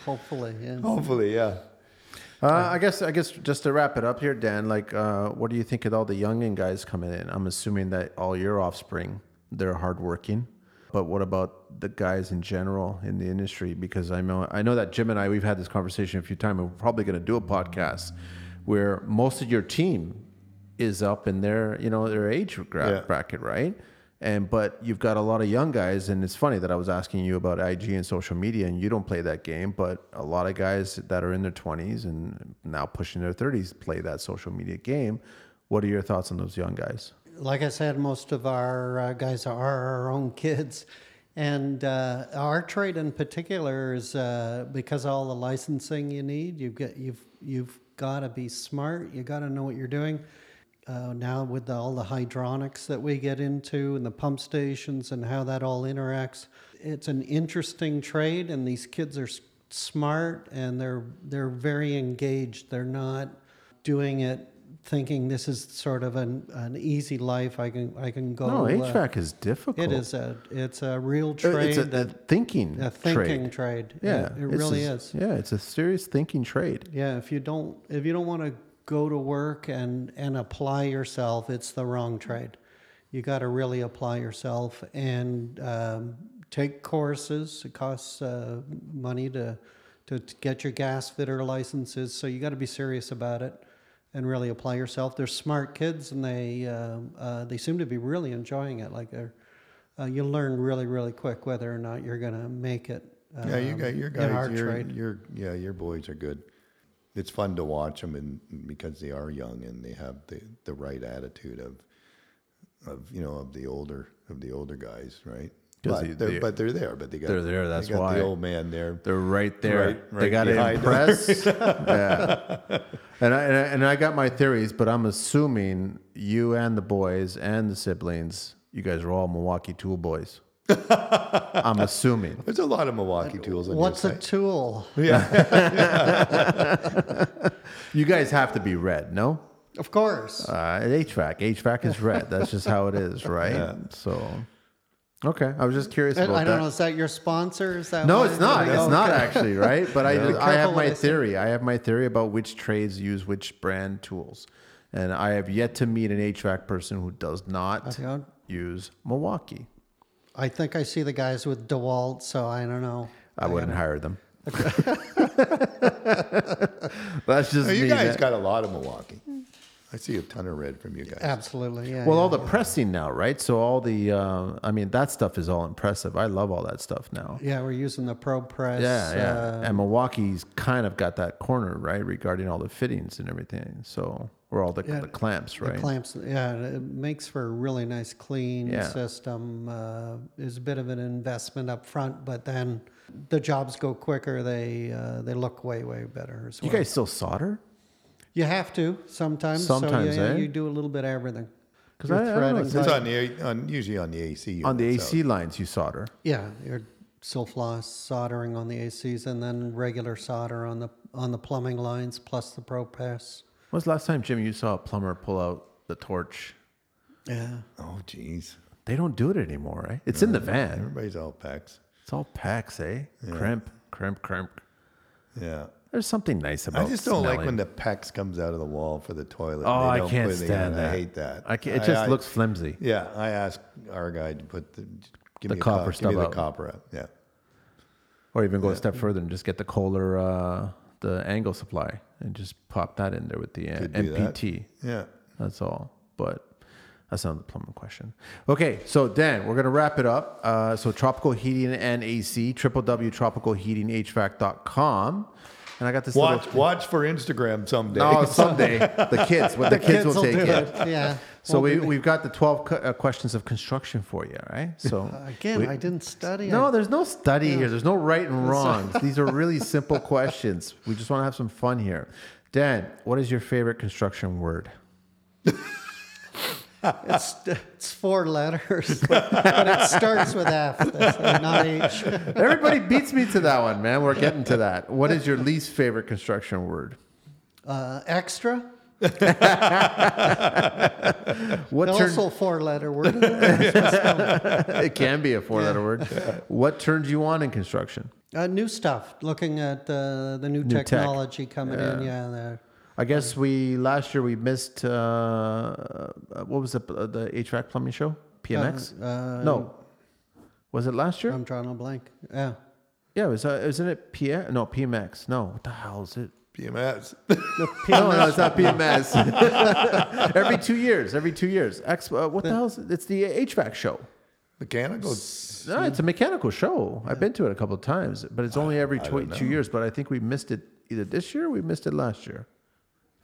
Hopefully, yeah.
Hopefully, yeah.
Uh, I guess I guess just to wrap it up here, Dan. Like, uh, what do you think of all the youngin guys coming in? I'm assuming that all your offspring they're hardworking, but what about the guys in general in the industry? Because I know I know that Jim and I we've had this conversation a few times. and We're probably going to do a podcast where most of your team is up in their you know their age gra-
Yeah.
bracket, right? And but you've got a lot of young guys, and it's funny that I was asking you about IG and social media, and you don't play that game. But a lot of guys that are in their twenties and now pushing their thirties play that social media game. What are your thoughts on those young guys?
like I said, most of our uh, guys are our own [laughs] kids. And uh, our trade in particular is uh, because of all the licensing you need, you've got you've you've got to be smart. You got to know what you're doing. Uh, now with the, all the hydronics that we get into and the pump stations and how that all interacts, it's an interesting trade. And these kids are s- smart and they're they're very engaged. They're not doing it thinking this is sort of an, an easy life. I can I can go.
No,
uh,
HVAC is difficult.
it is a it's a real
Uh,
trade.
It's a, a
that-
thinking.
a,
trade.
thinking trade.
Yeah,
it, it
it's
really
a-
is.
Yeah, it's a serious thinking trade.
Yeah, if you don't if you don't want to go to work and and apply yourself, it's the wrong trade. You got to really apply yourself and um, take courses. It costs uh, money to, to to get your gas fitter licenses, so you got to be serious about it and really apply yourself. They're smart kids, and they um uh, they seem to be really enjoying it. Like they're uh, you learn really really quick whether or not you're gonna make it.
Yeah, you
um,
got your
in
guys.
our
Your,
trade.
your yeah, your boys are good. It's fun to watch them, and because they are young and they have the, the right attitude of of you know of the older of the older guys, right?
'Cause
But
they-
they, are
they-
but they're there. But they got
They're there, that's
they got
why.
the old man there.
They're right there.
Right-
they
right
got to
behind [laughs]
impress. yeah. And I, and I and I got my theories, but I'm assuming you and the boys and the siblings, you guys are all Milwaukee
[laughs]
Tool boys. I'm assuming.
There's a lot of Milwaukee tools. On
What's
your
a
site.
tool?
You guys have to be red, no?
Of course.
Uh, HVAC, HVAC is red. That's just how it is,
[laughs]
right? So, okay. I was just curious
I
about
I
that.
don't know. Is that your sponsor? Is that
No,
why-
it's not.
Oh,
It's not actually right. But
[laughs]
I,
Be
I have
careful what
my
I say.
theory. I have my theory about which trades use which brand tools, and I have yet to meet an HVAC person who does not
Okay, I'll-
use Milwaukee.
I think I see the guys with Dewalt, so I don't know.
I wouldn't hire them. [laughs] That's just
Oh, you
me,
guys
man.
got a lot of Milwaukee. I see a ton of red from you guys.
Absolutely. Yeah.
well,
yeah.
all the pressing now, right? So all the, uh, I mean, that stuff is all impressive. I love all that stuff now.
yeah, we're using the Pro Press.
Yeah, yeah.
uh,
and Milwaukee's kind of got that corner, right, regarding all the fittings and everything. So or all the,
Yeah.
the clamps, right?
The clamps, yeah, it makes for a really nice clean
Yeah.
system. Uh, is a bit of an investment up front, but then the jobs go quicker. They uh, they look way way better as
You
well.
guys still solder?
you have to sometimes.
Sometimes,
so yeah,
eh?
you do a little bit of everything.
'Cause
Your
I- I don't
thread
know,
and
It's
thread-
on the on usually on the AC.
On the
unit, so-
AC lines, you solder.
yeah, your sulfloss soldering on the ACs, and then regular solder on the on the plumbing lines plus the propass.
When's the last time, Jim, you saw a plumber pull out the torch?
Yeah,
Oh, jeez,
They don't do it anymore, right? It's in the van.
everybody's all packs.
It's all packs, eh? Crimp, crimp, crimp.
Yeah.
There's something nice about.
I just don't like
smelling.
when the PEX comes out of the wall for the toilet.
Oh,
They
I
don't
can't
put it in.
stand that.
I hate that.
I can't, it
I-
just
I-
looks flimsy.
Yeah, I asked our guy to put the give
The
me a
copper
cop- give me
stub
the
out.
copper up. Yeah,
Or even go a step further and just get the Kohler, uh, the angle supply, and just pop that in there with the uh,
Could do that.
MPT.
yeah.
That's all. But that's not the plumbing question. Okay, so Dan, we're gonna wrap it up. Uh, so tropical heating and AC, www.tropicalheatinghvac.com, and I got this.
Watch
Little,
watch for Instagram someday. [laughs]
[laughs] no, someday the kids, well, the, kids, will take
do
it.
it. Yeah.
[laughs] So
Won't
we,
be-
we've got the twelve cu- uh, questions of construction for you, all
[laughs]
right? So
again,
we-
I didn't study. I
no, there's no study here. There's no right and
[laughs]
wrongs. These are really simple questions. We just want to have some fun here. Dan, what is your favorite construction word?
It's, it's four letters, [laughs] but, but it starts with F, that's it, not H. [laughs]
Everybody beats me to that one, man. We're getting to that. What is your least favorite construction word?
Uh, extra.
What turn-
Also four letter word.
[laughs]
[laughs]
it can be a four-letter word. What turns you on in construction?
Uh, new stuff. Looking at uh, the the new,
tech.
technology coming in. Yeah. uh, The,
I guess we last year we missed uh, uh, what was the uh, the HVAC plumbing show? PMX?
uh, um,
no. Was it last year?
I'm drawing a blank. Yeah.
yeah, was uh, isn't it P? No, PMX. No, what the hell
[laughs]
is it?
[laughs] PMS.
No, no, it's not PMS. [laughs] every two years, every two years. Ex- uh, what the hell is it? It's the HVAC show.
Mechanical.
No, it's a mechanical show. I've been to it a couple of times, but it's only every tw- two years. But I think we missed it either this year or we missed it last year.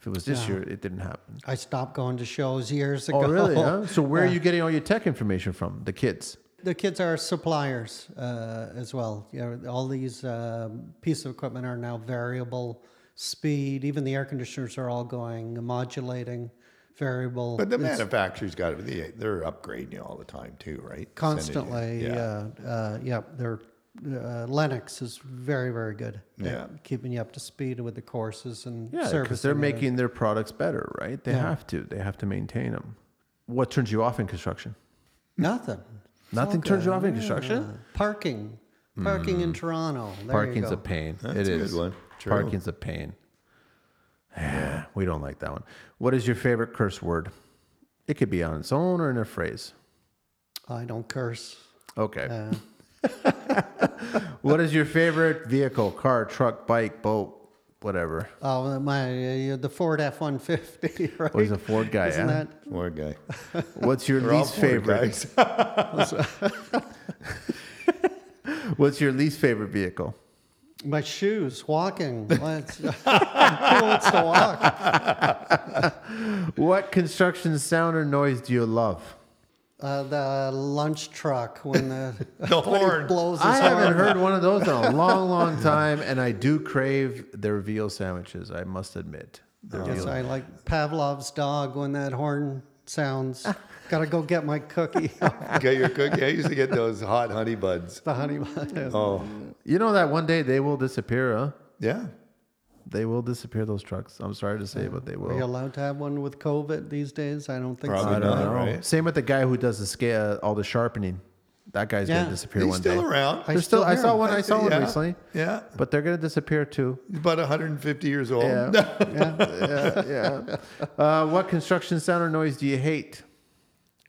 If it was this year, it didn't [laughs] happen.
I stopped going to shows years ago.
Oh,
[laughs]
really? Huh? So where are you getting all your tech information from? The kids.
The kids are suppliers uh, as well. You know, all these um pieces of equipment are now variable speed. Even the air conditioners are all going modulating, variable.
But the
It's-
manufacturer's got to be. They're upgrading you all the time too, right? Sending
constantly.
you-
Yeah, uh, yeah. They're uh, Lennox is very very good. at
Yeah.
keeping you up to speed with the courses and
Yeah, because
service.
they're making their products better, right? They have to. They have to maintain them. What turns you off in construction?
nothing.
Nothing turns you off in construction. Mm.
Uh, parking, parking in Toronto. There
Parking's
you
a
go.
pain.
That's
it
a good
is.
one. True.
Parking's a pain. we don't like that one. What is your favorite curse word? It could be on its own or in a phrase.
I don't curse.
Okay.
Uh,
[laughs] What is your favorite vehicle? Car, truck, bike, boat, whatever.
oh, my uh, the Ford F one fifty. [laughs] Right?
Oh, he's a Ford guy.
Isn't
eh?
that
Poor guy.
What's your
They're all
least
poor
[laughs] favorite?
guys. [laughs]
What's your least favorite vehicle?
my shoes? Walking. Well, it's- [laughs] Who wants to walk?
What construction sound or noise do you love?
Uh, the lunch truck when the, [laughs]
The
when he
horn.
blows his
I haven't
horn.
[laughs] heard one of those in a long, long time, and I do crave their veal sandwiches. I must admit. Their
Yes, I like Pavlov's dog when that horn sounds.
[laughs]
Gotta go get my cookie.
Get your cookie. I used to get those hot honey buds.
the honey bun.
Oh,
You know that one day they will disappear, huh?
yeah.
They will disappear those trucks. I'm sorry to say, but they
Are you
will.
allowed to have one with COVID these days? I don't think
Probably
so.
not.
I don't know.
right?
Same with the guy who does the scale, all the sharpening. That guy's
Yeah.
gonna disappear
He's
one
still
day.
around.
I
They're still,
still
I
hear
saw
him.
one. I saw
Yeah.
one recently.
Yeah.
But they're gonna disappear too.
He's about 150 years old.
Yeah. yeah. [laughs] Yeah. [laughs] Uh, what construction sound or noise do you hate?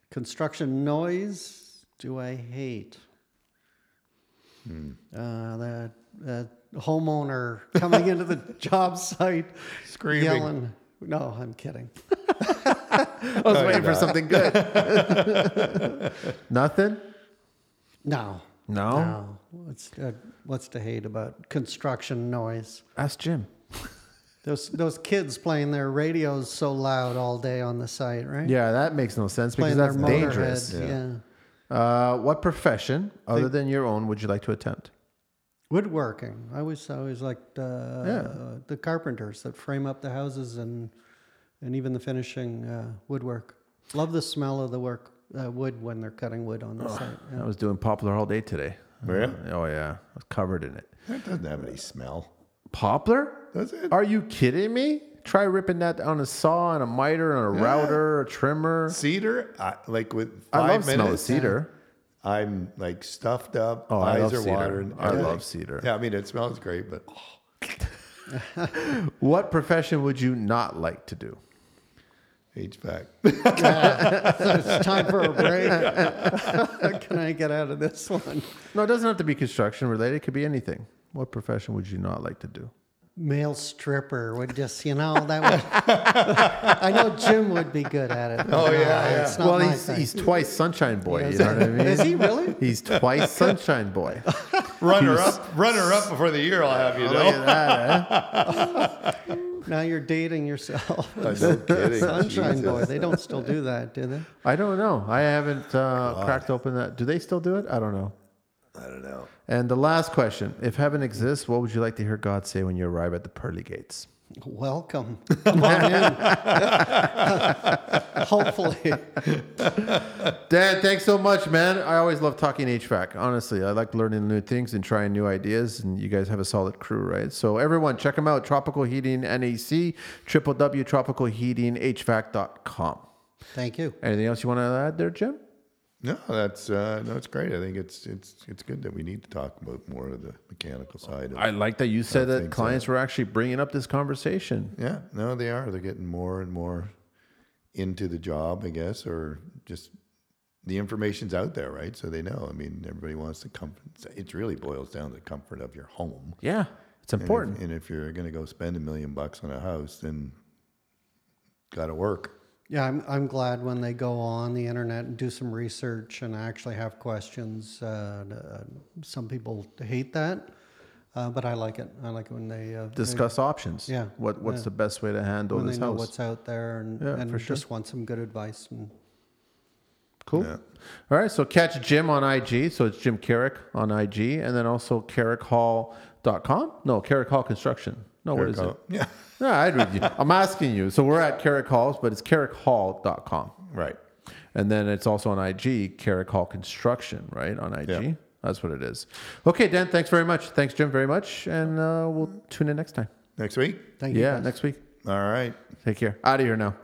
Construction noise. Do I hate?
Hmm.
Uh, the the homeowner coming into the [laughs] job site,
Screaming.
yelling. No, I'm kidding.
I was waiting for
not.
something good. [laughs] Nothing.
No.
No?
No. What's uh, what's to hate about construction noise?
Ask Jim.
Those those kids playing their radios so loud all day on the site, right?
Yeah, that makes no sense because
Playing
that's
their
dangerous.
Motorhead, yeah.
Uh, what profession other than your own would you like to attempt?
Woodworking. I always I always liked uh,
Yeah.
the carpenters that frame up the houses and and even the finishing uh, woodwork. Love the smell of the work uh, wood when they're cutting wood on the site. yeah.
I was doing poplar all day today.
Really?
Uh, oh yeah, I was covered in it.
That doesn't have any smell,
Poplar?
does
Uh,
it?
Are you kidding me? Try ripping that on a saw and a miter and a router, a trimmer.
Cedar, I, like with five
I love
minutes,
smell of cedar.
I'm like stuffed up.
Oh, I
eyes
love
are
cedar.
watering.
I
everything.
love cedar.
Yeah, I mean it smells great, but
What profession would you not like to do?
HVAC.
[laughs]
it's time for a break. [laughs] Can I get out of this one?
No, it doesn't have to be construction related. It could be anything. What profession would you not like to do?
Male stripper would just, you know, that would. I know Jim would be good at it. but
Oh,
no,
yeah, yeah.
It's not
Well,
my
he's,
thing.
he's twice sunshine boy. You know what I
[laughs]
mean?
Is he really? [laughs]
He's twice sunshine boy.
runner up, runner up before the year. I'll have
Oh,
you [laughs] know.
Now you're dating
[laughs]
yourself.
No kidding.
Sunshine
Oh, Jesus.
Boy. They don't still do that, do they?
[laughs] I don't know. I haven't uh, cracked open that. Do they still do it? I don't know.
I don't know.
And the last question: If heaven exists, what would you like to hear God say when you arrive at the pearly gates?
Welcome. Come on in. [laughs] Hopefully.
Dan, thanks so much, man. I always love talking HVAC. Honestly, I like learning new things and trying new ideas. And you guys have a solid crew, right? So everyone, check them out. Tropical Heating NAC, www.tropicalheatinghvac.com.
Thank you.
Anything else you want to add there, Jim?
No, that's uh, no, it's great. I think it's it's it's good that we need to talk about more of the mechanical side. Of
I like that you said that
think so.
clients were actually bringing up this conversation.
Yeah, no, they are. They're getting more and more into the job, I guess, or just the information's out there, right? So they know. I mean, everybody wants the comfort. It really boils down to the comfort of your home.
Yeah, it's
And if-
important.
And if, you're going to go spend a million bucks on a house, then got to work.
Yeah, I'm, I'm glad when they go on the internet and do some research and actually have questions. Uh, and, uh, some people hate that, uh, but I like it. I like it when they uh,
Discuss options.
Yeah,
What What's
yeah.
the best way to
they,
handle
when
this
they know
house?
what's out there and,
Yeah,
and
for sure.
just want some good advice. And
Cool. All right. So catch Jim on IG. So it's Jim Carrick on IG, and then also carrickhall.com. No, Carrick Hall Construction. No, what is
Work
it?
out. Yeah,
No, I'd read you. I'm asking you. So we're at Carrick Halls, but it's carrickhall.com.
right.
And then it's also on IG, Carrick Hall Construction, right? On IG.
Yeah.
That's what it is. Okay, Dan, thanks very much. Thanks, Jim, very much. And uh, we'll tune in next time.
Next week.
thank you.
Yeah,
guys.
next week.
All right.
Take care. Out of here now.